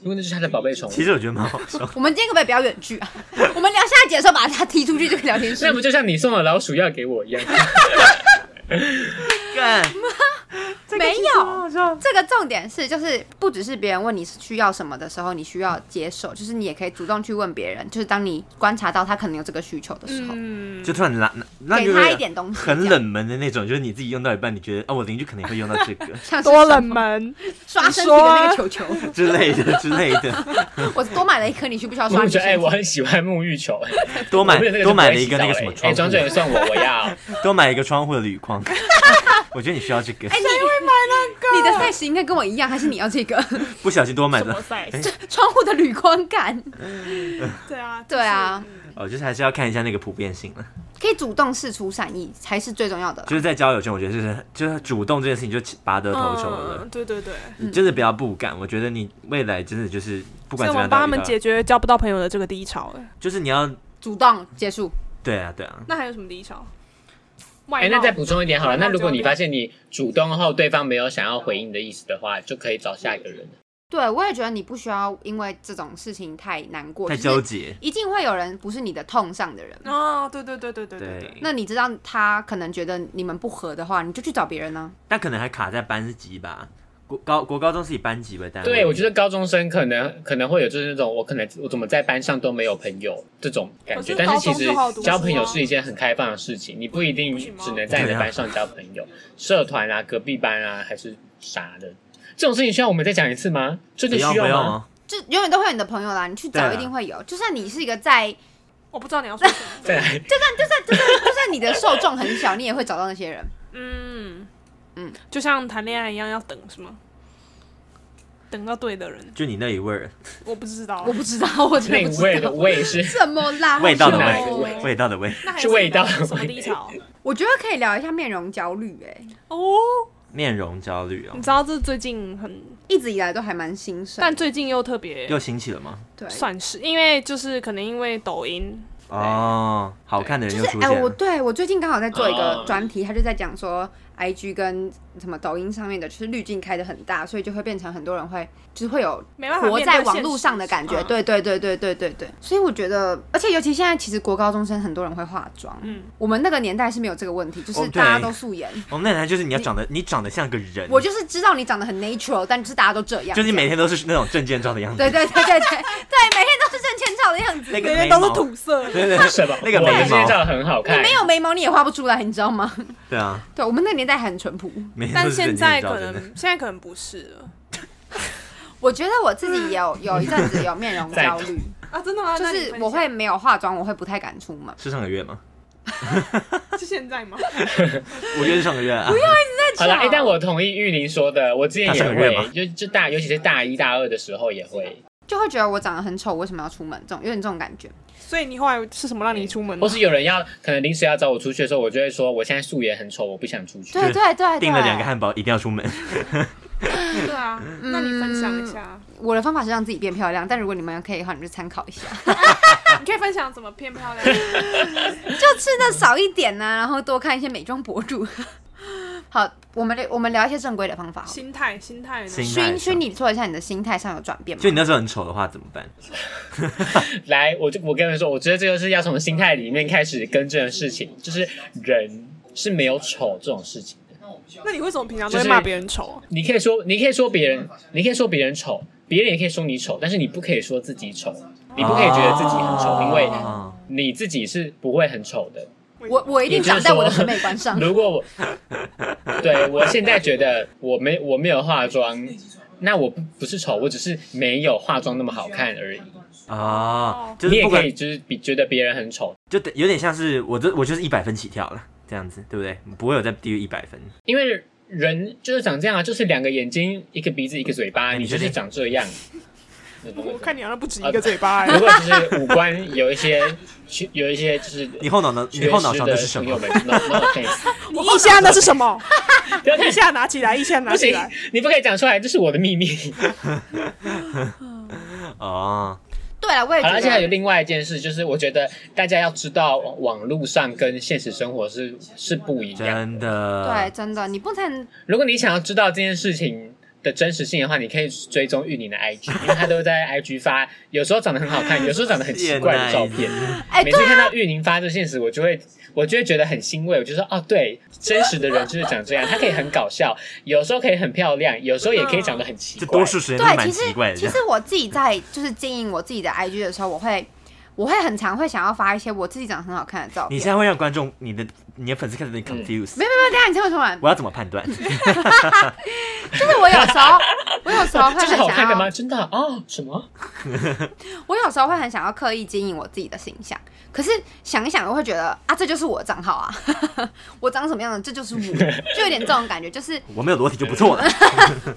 Speaker 4: 如果那是他的宝贝宠物
Speaker 2: 其，实我觉得蛮好笑。
Speaker 1: 我们今天可不可以不要远距啊？ 我们聊下一节的时候把他踢出去这个聊天室
Speaker 4: 那。不就像你送了老鼠药给我一样？
Speaker 2: 干，
Speaker 1: 没有，这个重点是，就是不只是别人问你是需要什么的时候，你需要接受，就是你也可以主动去问别人，就是当你观察到他可能有这个需求的时候，
Speaker 3: 嗯，
Speaker 2: 就突然拿那
Speaker 1: 给他一点东西，
Speaker 2: 很，冷门的那种，就是你自己用到一半，你觉得啊，我邻居可能也会用到这个
Speaker 1: 像是
Speaker 3: 多冷门，
Speaker 1: 刷身体的那个球球，
Speaker 2: 之类的之类的，
Speaker 1: 我多买了一颗，你需不需要刷
Speaker 4: 啊我
Speaker 1: 你
Speaker 4: 觉
Speaker 1: 身
Speaker 4: 得
Speaker 1: 体？
Speaker 4: 哎，我很喜欢沐浴球，
Speaker 2: 多买
Speaker 4: 我没有那
Speaker 2: 多
Speaker 4: 个就不
Speaker 2: 买
Speaker 4: 会
Speaker 2: 了一个
Speaker 4: 洗澡
Speaker 2: 那个什么
Speaker 4: 哎
Speaker 2: 窗
Speaker 4: 哎，庄主
Speaker 2: 户，
Speaker 4: 任送我，我要。
Speaker 2: 多买一个窗户的铝框。我觉得你需要这个
Speaker 1: 哎，，你会买那个？你的 size 应该跟我一样，还是你要这 个
Speaker 2: 不小心多买
Speaker 3: 什么
Speaker 2: 的
Speaker 3: size？
Speaker 1: 窗户的铝框感？
Speaker 3: 哎对啊，
Speaker 1: 对啊，
Speaker 2: 哦，就是还是要看一下那个普遍性了。
Speaker 1: 可以主动试出善意才是最重要的啦。
Speaker 2: 就是在交友圈，我觉得就是就是主动这件事情就拔得
Speaker 3: 就是，
Speaker 2: 头筹了
Speaker 3: 嗯，，对对对。
Speaker 2: 你真的不要不敢。我觉得你未来真的就是不
Speaker 3: 所
Speaker 2: 管怎
Speaker 3: 以
Speaker 2: 么
Speaker 3: 我们
Speaker 2: 样，
Speaker 3: 帮
Speaker 2: 都
Speaker 3: 他
Speaker 2: 要遇
Speaker 3: 们
Speaker 2: 到
Speaker 3: 解决交不到朋友的这个低潮、哎，
Speaker 2: 就是你要
Speaker 1: 主动结束，
Speaker 2: 对啊对啊，
Speaker 3: 那还有什么低潮？外
Speaker 4: 哎，
Speaker 3: 貌
Speaker 4: 那再补充一点好了。
Speaker 3: 那
Speaker 4: 那
Speaker 3: 就
Speaker 4: 如果你发现你主动后对方没有想要回应的意思的话，就可以找下一个人。
Speaker 1: 对我也觉得你不需要因为这种事情太难过，
Speaker 2: 太
Speaker 1: 就是
Speaker 2: 纠结。
Speaker 1: 一定会有人不是你的痛上的人。
Speaker 3: 哦，对对对对对对对
Speaker 2: 对，
Speaker 1: 那你知道他可能觉得你们不合的话，你就去找别人啊呢、
Speaker 2: 但可能还卡在班级吧。国高国高中是以班级为单位，
Speaker 4: 对，我觉得高中生可能可能会有就是那种我可能我怎么在班上都没有朋友这种感觉，
Speaker 3: 可是
Speaker 4: 但
Speaker 3: 高
Speaker 4: 是
Speaker 3: 中
Speaker 4: 其
Speaker 3: 就
Speaker 4: 实
Speaker 3: 好读书啊
Speaker 4: 交朋友是一件很开放的事情，你不一定只能在你的班上交朋友，社团啊啊、隔壁班啊还是啥的，这种事情需要我们再讲一次吗？真
Speaker 2: 不
Speaker 4: 的
Speaker 2: 用
Speaker 4: 需
Speaker 2: 不用
Speaker 4: 吗？
Speaker 2: 哦，
Speaker 1: 就永远都会有你的朋友啦，你去
Speaker 2: 对
Speaker 1: 找
Speaker 2: 啊
Speaker 1: 一定会有。就算你是一个在，就
Speaker 3: 我不知道你要说什 么。
Speaker 2: 啊
Speaker 4: 再来，
Speaker 1: 算就算就算你的受众很小，你也会找到那些人。
Speaker 3: 嗯
Speaker 1: 嗯
Speaker 3: 嗯，就像谈恋爱一样，要等是吗？等到对的人，
Speaker 2: 就你那一味儿，
Speaker 3: 我不知道
Speaker 1: 我， 不知道，我真
Speaker 4: 那
Speaker 1: 的
Speaker 4: 个
Speaker 1: 不
Speaker 4: 味
Speaker 1: 知
Speaker 4: 的
Speaker 1: 道
Speaker 4: 味是
Speaker 1: 什么啦，
Speaker 2: 味道的
Speaker 1: 好
Speaker 4: 哪
Speaker 1: 久
Speaker 4: 个
Speaker 1: 哦
Speaker 4: 味
Speaker 2: 味道的味，
Speaker 3: 那还
Speaker 4: 是味道
Speaker 3: 什么低潮
Speaker 1: 我觉得可以聊一下面容焦虑，哎，
Speaker 3: 哦？
Speaker 2: 面容焦虑哦
Speaker 3: 你，知道这最近很，
Speaker 1: 一直以来都还蛮兴盛，
Speaker 3: 但最近又特别
Speaker 2: 又兴起了吗？
Speaker 1: 对，
Speaker 3: 算是，因为就是可能因为抖音，
Speaker 2: 哦，好看的人
Speaker 1: 就
Speaker 2: 又
Speaker 1: 是
Speaker 2: 出
Speaker 1: 哎、
Speaker 2: 现
Speaker 1: 我
Speaker 2: 了，
Speaker 1: 对我最近刚好在做一个
Speaker 4: 哦
Speaker 1: 专题，他就在讲说，I G 跟什么抖音上面的，就是滤镜开的很大，所以就会变成很多人会就是会有
Speaker 3: 没办法
Speaker 1: 活
Speaker 3: 面对
Speaker 1: 在
Speaker 3: 现
Speaker 1: 网
Speaker 3: 实
Speaker 1: 络上的感觉。
Speaker 3: 嗯
Speaker 1: 对对对对对对对，所以我觉得，而且尤其现在，其实国高中生很多人会化妆，
Speaker 3: 嗯
Speaker 1: 我们那个年代是没有这个问题，就是
Speaker 2: 哦对
Speaker 1: 大家都素颜。
Speaker 2: 我哦们那台就是你要长得，你长得像个人，
Speaker 1: 我就是知道你长得很 natural，但就是大家都这样，
Speaker 2: 就是你每
Speaker 1: 这样
Speaker 2: 天都是那种证件照的样子，
Speaker 1: 对对对对对对，每天都是正欠照的样子。
Speaker 2: 那个
Speaker 3: 每天
Speaker 2: 眉
Speaker 3: 都是
Speaker 2: 毛，
Speaker 3: 土色，
Speaker 2: 对对对
Speaker 4: 什么？
Speaker 2: 那个
Speaker 4: 我
Speaker 2: 眉
Speaker 4: 的这
Speaker 2: 毛
Speaker 4: 些照很好
Speaker 1: 你
Speaker 4: 看，
Speaker 1: 没有眉毛你也画不出来，你知道吗？
Speaker 2: 对啊，
Speaker 1: 对我们那个年代很淳朴，
Speaker 2: 每天
Speaker 3: 但
Speaker 2: 都是
Speaker 3: 现
Speaker 2: 证
Speaker 3: 在
Speaker 2: 件照，
Speaker 3: 可
Speaker 2: 真
Speaker 3: 能
Speaker 2: 的。
Speaker 3: 现在可能不是了
Speaker 1: 我觉得我自己也有有一阵子有面容焦 虑，
Speaker 3: 啊！真的吗？
Speaker 1: 就
Speaker 3: 那你
Speaker 1: 是
Speaker 3: 嗯分
Speaker 1: 我会
Speaker 3: 享
Speaker 1: 没有化妆，我会不太敢出门。
Speaker 2: 是上个月吗？
Speaker 3: 是现在吗？
Speaker 2: 我觉得是上个月啊。
Speaker 4: 好了，哎、但我同意玉林说的，我之前
Speaker 2: 他
Speaker 4: 也
Speaker 2: 上个月
Speaker 4: 会
Speaker 2: 吗，
Speaker 4: 就就大，尤其是大一大二的时候也会，
Speaker 1: 就会觉得我长得很丑，为什么要出门？这种有点这种感觉。
Speaker 3: 所以你后来是什么让你出门的
Speaker 4: 或？是有人要可能临时要找我出去的时候，我就会说我现在素颜很丑，我不想出去。
Speaker 1: 对对对
Speaker 2: 订了两个
Speaker 1: 对，
Speaker 2: 汉堡，一定要出门。
Speaker 3: 对啊，那你分享一下，
Speaker 1: 我的方法是让自己变漂亮，但如果你们可以的话，你们就参考一下，
Speaker 3: 你可以分享怎么变漂 亮。
Speaker 1: 就吃的少一点呐、然后多看一些美妆博主。 好，我们聊我们聊一些正规的方法好了。
Speaker 3: 心态，心态呢？
Speaker 2: 心
Speaker 1: 熏熏，你说一下你的心态上有转变吗
Speaker 2: 就？你那时候很丑的话怎么办？
Speaker 4: 来，我就我跟你们说，我觉得这就是要从心态里面开始更正的事情，就是人是没有丑这种事情的。
Speaker 3: 那你为什么平常都
Speaker 4: 就
Speaker 3: 会
Speaker 4: 是
Speaker 3: 骂别人丑啊？
Speaker 4: 你可以说，你可以说别人，你可以说别人丑，别人也可以说你丑，但是你不可以说自己丑，你不可以觉得自己很丑，
Speaker 2: 哦
Speaker 4: 因为你自己是不会很丑的。
Speaker 1: 我我一定
Speaker 4: 也就是
Speaker 1: 长在我的
Speaker 4: 说
Speaker 1: 审美观上。
Speaker 4: 如果我对我现在觉得我没我没有化妆，那我不不是丑，我只是没有化妆那么好看而已。
Speaker 2: 啊，就
Speaker 4: 你
Speaker 2: 是
Speaker 4: 也
Speaker 2: 不
Speaker 4: 可
Speaker 2: 管
Speaker 4: 以就是比觉得别人很丑，
Speaker 2: 就等有点像是我这我就是一百分起跳了，这样子对不对？不会有再低于一百分。
Speaker 4: 因为人就是长这样啊，就是两个眼睛、一个鼻子、一个嘴巴，
Speaker 2: 哎
Speaker 4: 你
Speaker 2: 你
Speaker 4: 就
Speaker 2: 确
Speaker 4: 是
Speaker 2: 定
Speaker 4: 长这样。
Speaker 3: 我看你好像不止一个嘴 巴
Speaker 4: 如
Speaker 3: 欸。
Speaker 4: 果就是五官有一些缺有一些就是
Speaker 2: 你后脑呢？你
Speaker 4: 缺
Speaker 2: 后脑
Speaker 4: 失
Speaker 2: 勺的
Speaker 4: 的
Speaker 2: 是什
Speaker 4: 朋友
Speaker 2: 么？
Speaker 4: 们，no no thanks，
Speaker 3: 你腋下那是什 么？
Speaker 4: 不要
Speaker 3: 腋
Speaker 4: 看，
Speaker 3: 下拿起来，腋下拿
Speaker 4: 不
Speaker 3: 起
Speaker 4: 行
Speaker 3: 来。，
Speaker 4: 你不可以讲出来，这是我的秘密。
Speaker 2: 哦，
Speaker 1: 对了，我也
Speaker 4: 好了，
Speaker 1: 觉
Speaker 4: 而且还有
Speaker 1: 得，
Speaker 4: 另外一件事，就是我觉得大家要知道，嗯网络上跟现实生活是是不一样。
Speaker 2: 真的，
Speaker 1: 对，，真的，你不能
Speaker 4: 如果你想要知道这件事情的真实性的话，你可以追踪玉 宁的 IG，因为她都在 IG 发，有时候长得很好看，有时候长得很奇怪的照片。
Speaker 1: 哎
Speaker 2: 哦
Speaker 4: 每次看到玉宁发这现实，我就会我就会觉得很欣慰，我就说哦，对，真实的人就是长这样，她可以很搞笑，有时候可以很漂亮，有时候也可以长得很奇
Speaker 2: 这
Speaker 4: 怪
Speaker 2: 多。数时间都
Speaker 1: 对，
Speaker 2: 蛮
Speaker 1: 其实
Speaker 2: 奇怪的。
Speaker 1: 其
Speaker 2: 这样
Speaker 1: 实我自己在就是经营我自己的 IG 的时候，我会我会很常会想要发一些我自己长得很好看的照
Speaker 2: 你
Speaker 1: 片。
Speaker 2: 现在会让观众、你的、你的粉丝开始 confuse，
Speaker 1: 没有没有，等一下你听我说完。
Speaker 2: 我要怎么 判断？
Speaker 1: 就是我有时 候，我有时候会
Speaker 4: 这是
Speaker 1: 很
Speaker 4: 好看
Speaker 1: 想
Speaker 4: 的吗？
Speaker 1: 要，
Speaker 4: 真的啊、哦？什么？
Speaker 1: 我有时候会很想要刻意经营我自己的形象。可是想一想，我会觉得啊，这就是我的账号啊， 我长什么样的，这就是我，就有点这种感觉，就是
Speaker 2: 我没有裸体就不错了。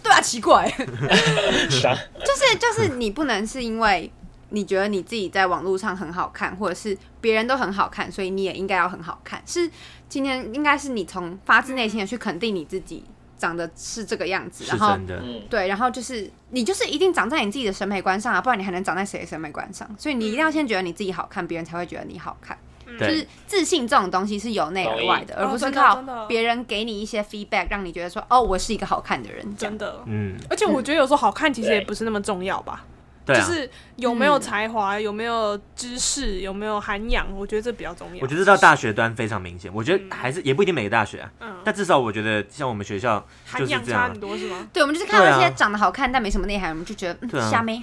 Speaker 1: 对啊，奇怪，
Speaker 4: 啥？
Speaker 1: 就是就是你不能是因为你觉得你自己在网络上很好看，或者是别人都很好看，所以你也应该要很好看。是今天应该是你从发自内心的去肯定你自己长得是这个样子，
Speaker 2: 是
Speaker 1: 然后
Speaker 2: 真的，
Speaker 4: 嗯，
Speaker 1: 对，然后就是你就是一定长在你自己的审美观上啊，不然你还能长在谁的审美观上？所以你一定要先觉得你自己好看，别人才会觉得你好看。嗯就
Speaker 2: 嗯对
Speaker 1: 是自信这种东西是由内而外的，
Speaker 3: 同意
Speaker 1: 而不
Speaker 3: 哦
Speaker 1: 是
Speaker 3: 真的
Speaker 1: 靠
Speaker 3: 真的
Speaker 1: 别人给你一些 feedback 让你觉得说哦，我是一个好看的人。这样
Speaker 3: 真的，
Speaker 2: 嗯，
Speaker 3: 而且我觉得有时候好看其实也不是那么重要吧，
Speaker 2: 对
Speaker 3: 就
Speaker 2: 啊。
Speaker 3: 是有没有才华、有没有知识、有没有涵养，我觉得这比较重要。
Speaker 2: 我觉得到大学端非常明显，我觉
Speaker 1: 嗯
Speaker 2: 得还是也不一定每个大学啊，
Speaker 3: 嗯
Speaker 2: 但至少我觉得像我们学校就
Speaker 3: 涵
Speaker 2: 是
Speaker 3: 养
Speaker 2: 这
Speaker 3: 差
Speaker 2: 样啊
Speaker 3: 很，多是 吗？
Speaker 1: 对，我们就是看到
Speaker 2: 对啊
Speaker 1: 一些长得好看但没什么内涵，我们就觉得
Speaker 2: 对
Speaker 1: 嗯，
Speaker 2: 啊
Speaker 1: 瞎妹。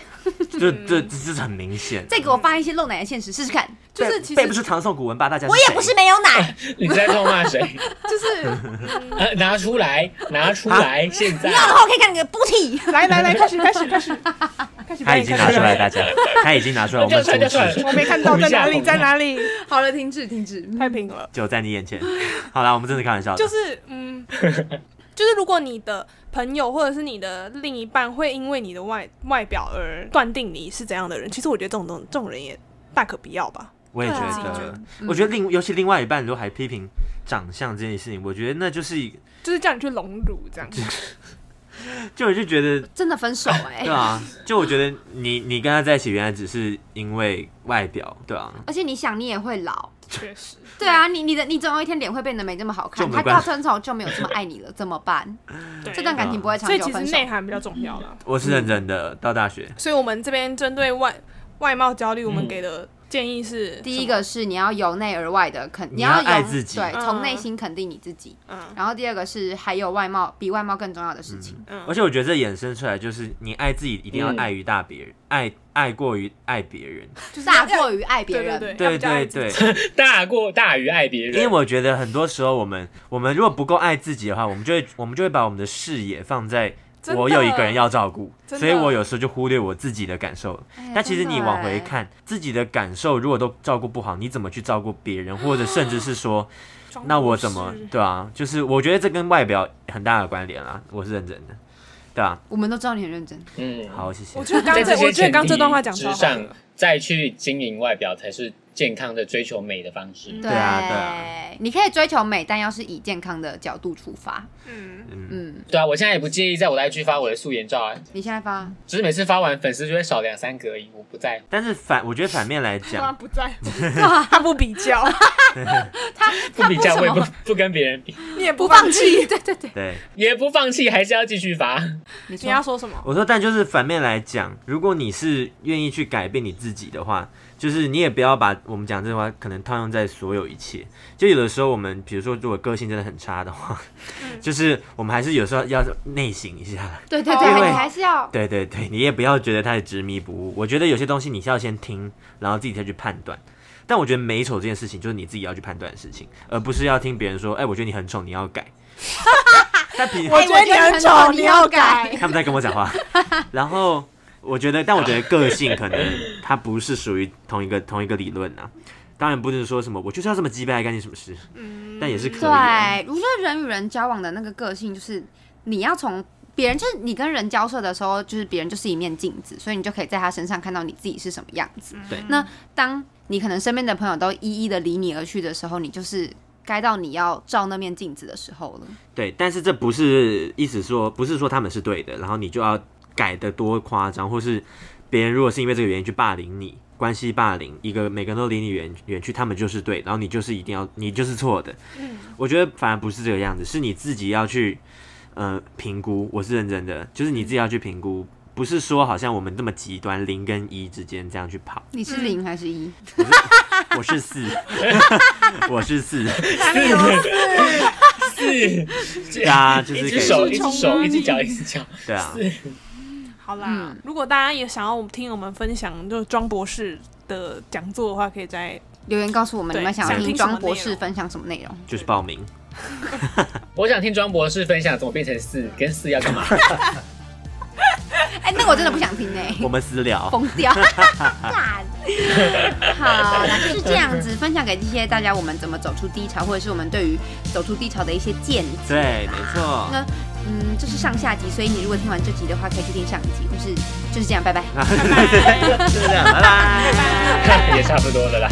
Speaker 2: 就这这是很明显。
Speaker 1: 再给我发一些露奶的现实试试看，
Speaker 3: 就是
Speaker 2: 背
Speaker 3: 其
Speaker 2: 背不出
Speaker 3: 实
Speaker 2: 唐宋古文吧？大家
Speaker 1: 我也
Speaker 2: 谁
Speaker 1: 不是没有 奶，
Speaker 4: 你在咒骂谁？
Speaker 3: 就是
Speaker 4: 呃，拿出
Speaker 2: 啊
Speaker 4: 来，拿出来，现在
Speaker 1: 然后可以看你的 booty。
Speaker 3: 来来来，开始开始开始开 始
Speaker 2: 他已经拿出来，大家，他已经拿出 来，我们
Speaker 4: 就
Speaker 2: 出
Speaker 4: 是就
Speaker 2: 示
Speaker 4: 是
Speaker 3: 我没看到在哪里，
Speaker 4: 我们下
Speaker 3: 在哪里？
Speaker 1: 好了，停止停止。
Speaker 3: 太平了。
Speaker 2: 就在你眼前。好啦，我们真的开玩笑的，
Speaker 3: 就是嗯， 就是如果你的朋友或者是你的另一半会因为你的外外表而断定你是怎样的人，其实我觉得这种东这种人也大可不要吧。
Speaker 2: 我也觉
Speaker 1: 对啊
Speaker 2: 得，我觉得另尤其另外一半如果还批评长相这件事情，我觉得那就是
Speaker 3: 就是叫你去隆乳这 样子，
Speaker 2: 就我就觉得
Speaker 1: 真的分手哎、
Speaker 2: 对啊，就我觉得你你跟他在一起，原来只是因为外表，对啊，
Speaker 1: 而且你想，你也会老。
Speaker 3: 确实。
Speaker 1: 对啊，你你的你总有一天脸会变得没这么好看，
Speaker 2: 嗯就没
Speaker 1: 他
Speaker 2: 关
Speaker 1: 到分手就没有这么爱你了，怎么办？
Speaker 3: 对，
Speaker 1: 这段感情嗯不会
Speaker 4: 啊
Speaker 1: 长
Speaker 3: 所以
Speaker 1: 久
Speaker 3: 其
Speaker 1: 分
Speaker 3: 实
Speaker 1: 手。
Speaker 3: 内涵比较重要啦。
Speaker 2: 我是认真的。到大学，
Speaker 3: 所以我们这边针对外外貌焦虑，我们
Speaker 4: 嗯
Speaker 3: 给的建议是
Speaker 1: 第一个是你要由内而外的肯，
Speaker 2: 你
Speaker 1: 要
Speaker 2: 要爱
Speaker 1: 由
Speaker 2: 自己
Speaker 1: 对，
Speaker 3: 嗯
Speaker 1: 从内心肯定你自己。
Speaker 3: 什么，
Speaker 1: 然后第二个是还有外貌比外貌更重要的事情，
Speaker 3: 嗯
Speaker 2: 而
Speaker 3: 嗯，
Speaker 2: 且我觉得这衍生出来就是你爱自己一定要
Speaker 4: 嗯
Speaker 2: 爱于大别人，爱爱过于爱别人，
Speaker 3: 就是
Speaker 1: 大
Speaker 3: 要
Speaker 1: 过于爱别
Speaker 3: 对
Speaker 1: 人。
Speaker 3: 对对，要
Speaker 2: 对
Speaker 3: 比较爱
Speaker 2: 对
Speaker 3: 自
Speaker 2: 对，
Speaker 3: 己
Speaker 4: 大过大于爱别
Speaker 2: 因为
Speaker 4: 人。
Speaker 2: 我觉得很多时候我们我们如果不够爱自己的话，我们就会我们就会把我们的视野放在。
Speaker 3: 真的
Speaker 2: 我有一个人要照顾，
Speaker 3: 真
Speaker 2: 所以
Speaker 3: 的
Speaker 2: 我有时候就忽略我自己的感受。
Speaker 1: 哎
Speaker 2: 但其实你往回，
Speaker 1: 真的
Speaker 2: 看，自己的感受如果都照顾不好，你怎么去照顾别人，或者甚至是说，
Speaker 1: 哦
Speaker 3: 装
Speaker 2: 那我
Speaker 3: 不
Speaker 2: 怎么
Speaker 3: 是
Speaker 2: 对啊？就是我觉得这跟外表很大的关联啦，我是认真的，对啊
Speaker 1: 哎。我们都知道你很认真。
Speaker 4: 嗯，
Speaker 2: 好，谢谢
Speaker 3: 我。觉得刚
Speaker 4: 在
Speaker 3: 这，
Speaker 4: 这
Speaker 3: 我
Speaker 4: 些
Speaker 3: 觉得
Speaker 4: 前
Speaker 3: 刚
Speaker 4: 提
Speaker 3: 这段话讲
Speaker 4: 之
Speaker 3: 超好
Speaker 4: 上
Speaker 3: 的，，
Speaker 4: 再去经营外表才是健康的追求美的方式。
Speaker 3: 嗯
Speaker 1: 对
Speaker 2: 啊对啊
Speaker 1: 你可以追求美，但要是以健康的角度出发。
Speaker 3: 嗯，
Speaker 2: 嗯，
Speaker 1: 嗯，
Speaker 4: 对啊，我现在也不介意在我的 IG 发我的素颜照啊，
Speaker 1: 你现在发，
Speaker 4: 只是每次发完粉丝就会少两三个而已，我不在乎。
Speaker 2: 但是反，我觉得反面来
Speaker 3: 当然
Speaker 2: 讲，
Speaker 3: 不在乎， 他不比较，
Speaker 1: 他
Speaker 4: 不
Speaker 1: 他
Speaker 4: 比较，
Speaker 1: 什
Speaker 4: 我也不
Speaker 1: 么
Speaker 4: 不跟别人比，
Speaker 3: 你也
Speaker 1: 不
Speaker 3: 不
Speaker 1: 放
Speaker 3: 放
Speaker 1: 弃，对对对，
Speaker 2: 对，
Speaker 4: 也不放弃，还是要继续发。
Speaker 1: 你
Speaker 3: 你
Speaker 1: 说
Speaker 3: 要说什 么？
Speaker 2: 我说，但就是反面来讲，如果你是愿意去改变你自己的话，就是你也不要把我们讲这句话可能套用在所有一切。就有的时候，我们比如说，如果个性真的很差的话，就是我们还是有时候要内省一下。
Speaker 1: 对对
Speaker 3: 因
Speaker 1: 对，
Speaker 2: 为
Speaker 1: 你还是要
Speaker 2: 对对对，你也不要觉得太执迷不悟。我觉得有些东西你是要先听，然后自己再去判断。但我觉得美丑这件事情，就是你自己要去判断的事情，而不是要听别人说：“哎、我觉得你很丑，你要改。”他比
Speaker 3: 我觉得你很
Speaker 1: 哎
Speaker 3: 丑，你要改。
Speaker 2: 他们在跟我讲话，然后我觉得，但我觉得个性可能它不是属于同一个同一个理论啊。当然不是说什么我就是要这么鸡掰，干你什么事？但也是可以、啊。
Speaker 1: 对，我觉得人与人交往的那个个性，就是你要从别人，就是你跟人交涉的时候，就是别人就是一面镜子，所以你就可以在他身上看到你自己是什么样子。
Speaker 2: 对
Speaker 1: 那当你可能身边的朋友都一一的离你而去的时候，你就是该到你要照那面镜子的时候了。
Speaker 2: 对，但是这不是意思说不是说他们是对的，然后你就要改的多夸张，或是别人如果是因为这个原因去霸凌你，关系霸凌，一个每个人都离你远远去，他们就是对，然后你就是一定要你就是错的。我觉得反而不是这个样子，是你自己要去呃评估，我是认真的，就是你自己要去评估。不是说好像我们这么极端零跟一之间这样去跑，
Speaker 1: 你是零还是一？
Speaker 2: 我是四， 我是四，
Speaker 4: 是，
Speaker 2: 对啊，就
Speaker 4: 一
Speaker 2: 是
Speaker 4: 只
Speaker 2: 给
Speaker 4: 手，
Speaker 3: 是
Speaker 4: 一只
Speaker 3: 冲
Speaker 4: 手，
Speaker 3: 啊
Speaker 4: 一只脚，一只脚。
Speaker 2: 对啊，
Speaker 3: 好啦，
Speaker 1: 嗯
Speaker 3: 如果大家也想要我们听我们分享，就是庄博士的讲座的话，可以在
Speaker 1: 留言告诉我们，
Speaker 3: 对
Speaker 1: 你们想要
Speaker 3: 想
Speaker 1: 听
Speaker 3: 听什么
Speaker 1: 庄博
Speaker 3: 内
Speaker 1: 士
Speaker 3: 容
Speaker 1: 分享什么内容？
Speaker 2: 就是报名。
Speaker 4: 我想听庄博士分享怎么变成四，跟四要干嘛？
Speaker 1: 哎、那个我真的不想听哎、
Speaker 2: 我们私 聊。
Speaker 1: 疯掉。干好，那就是这样子，分享给这些大家我们怎么走出低潮，或者是我们对于走出低潮的一些见解。
Speaker 2: 对，没错。
Speaker 1: 那嗯，这是上下集，所以你如果听完这集的话，可以去听上一集，或是就是这样，拜拜。
Speaker 2: 就这样，拜拜。
Speaker 4: 也差不多了啦。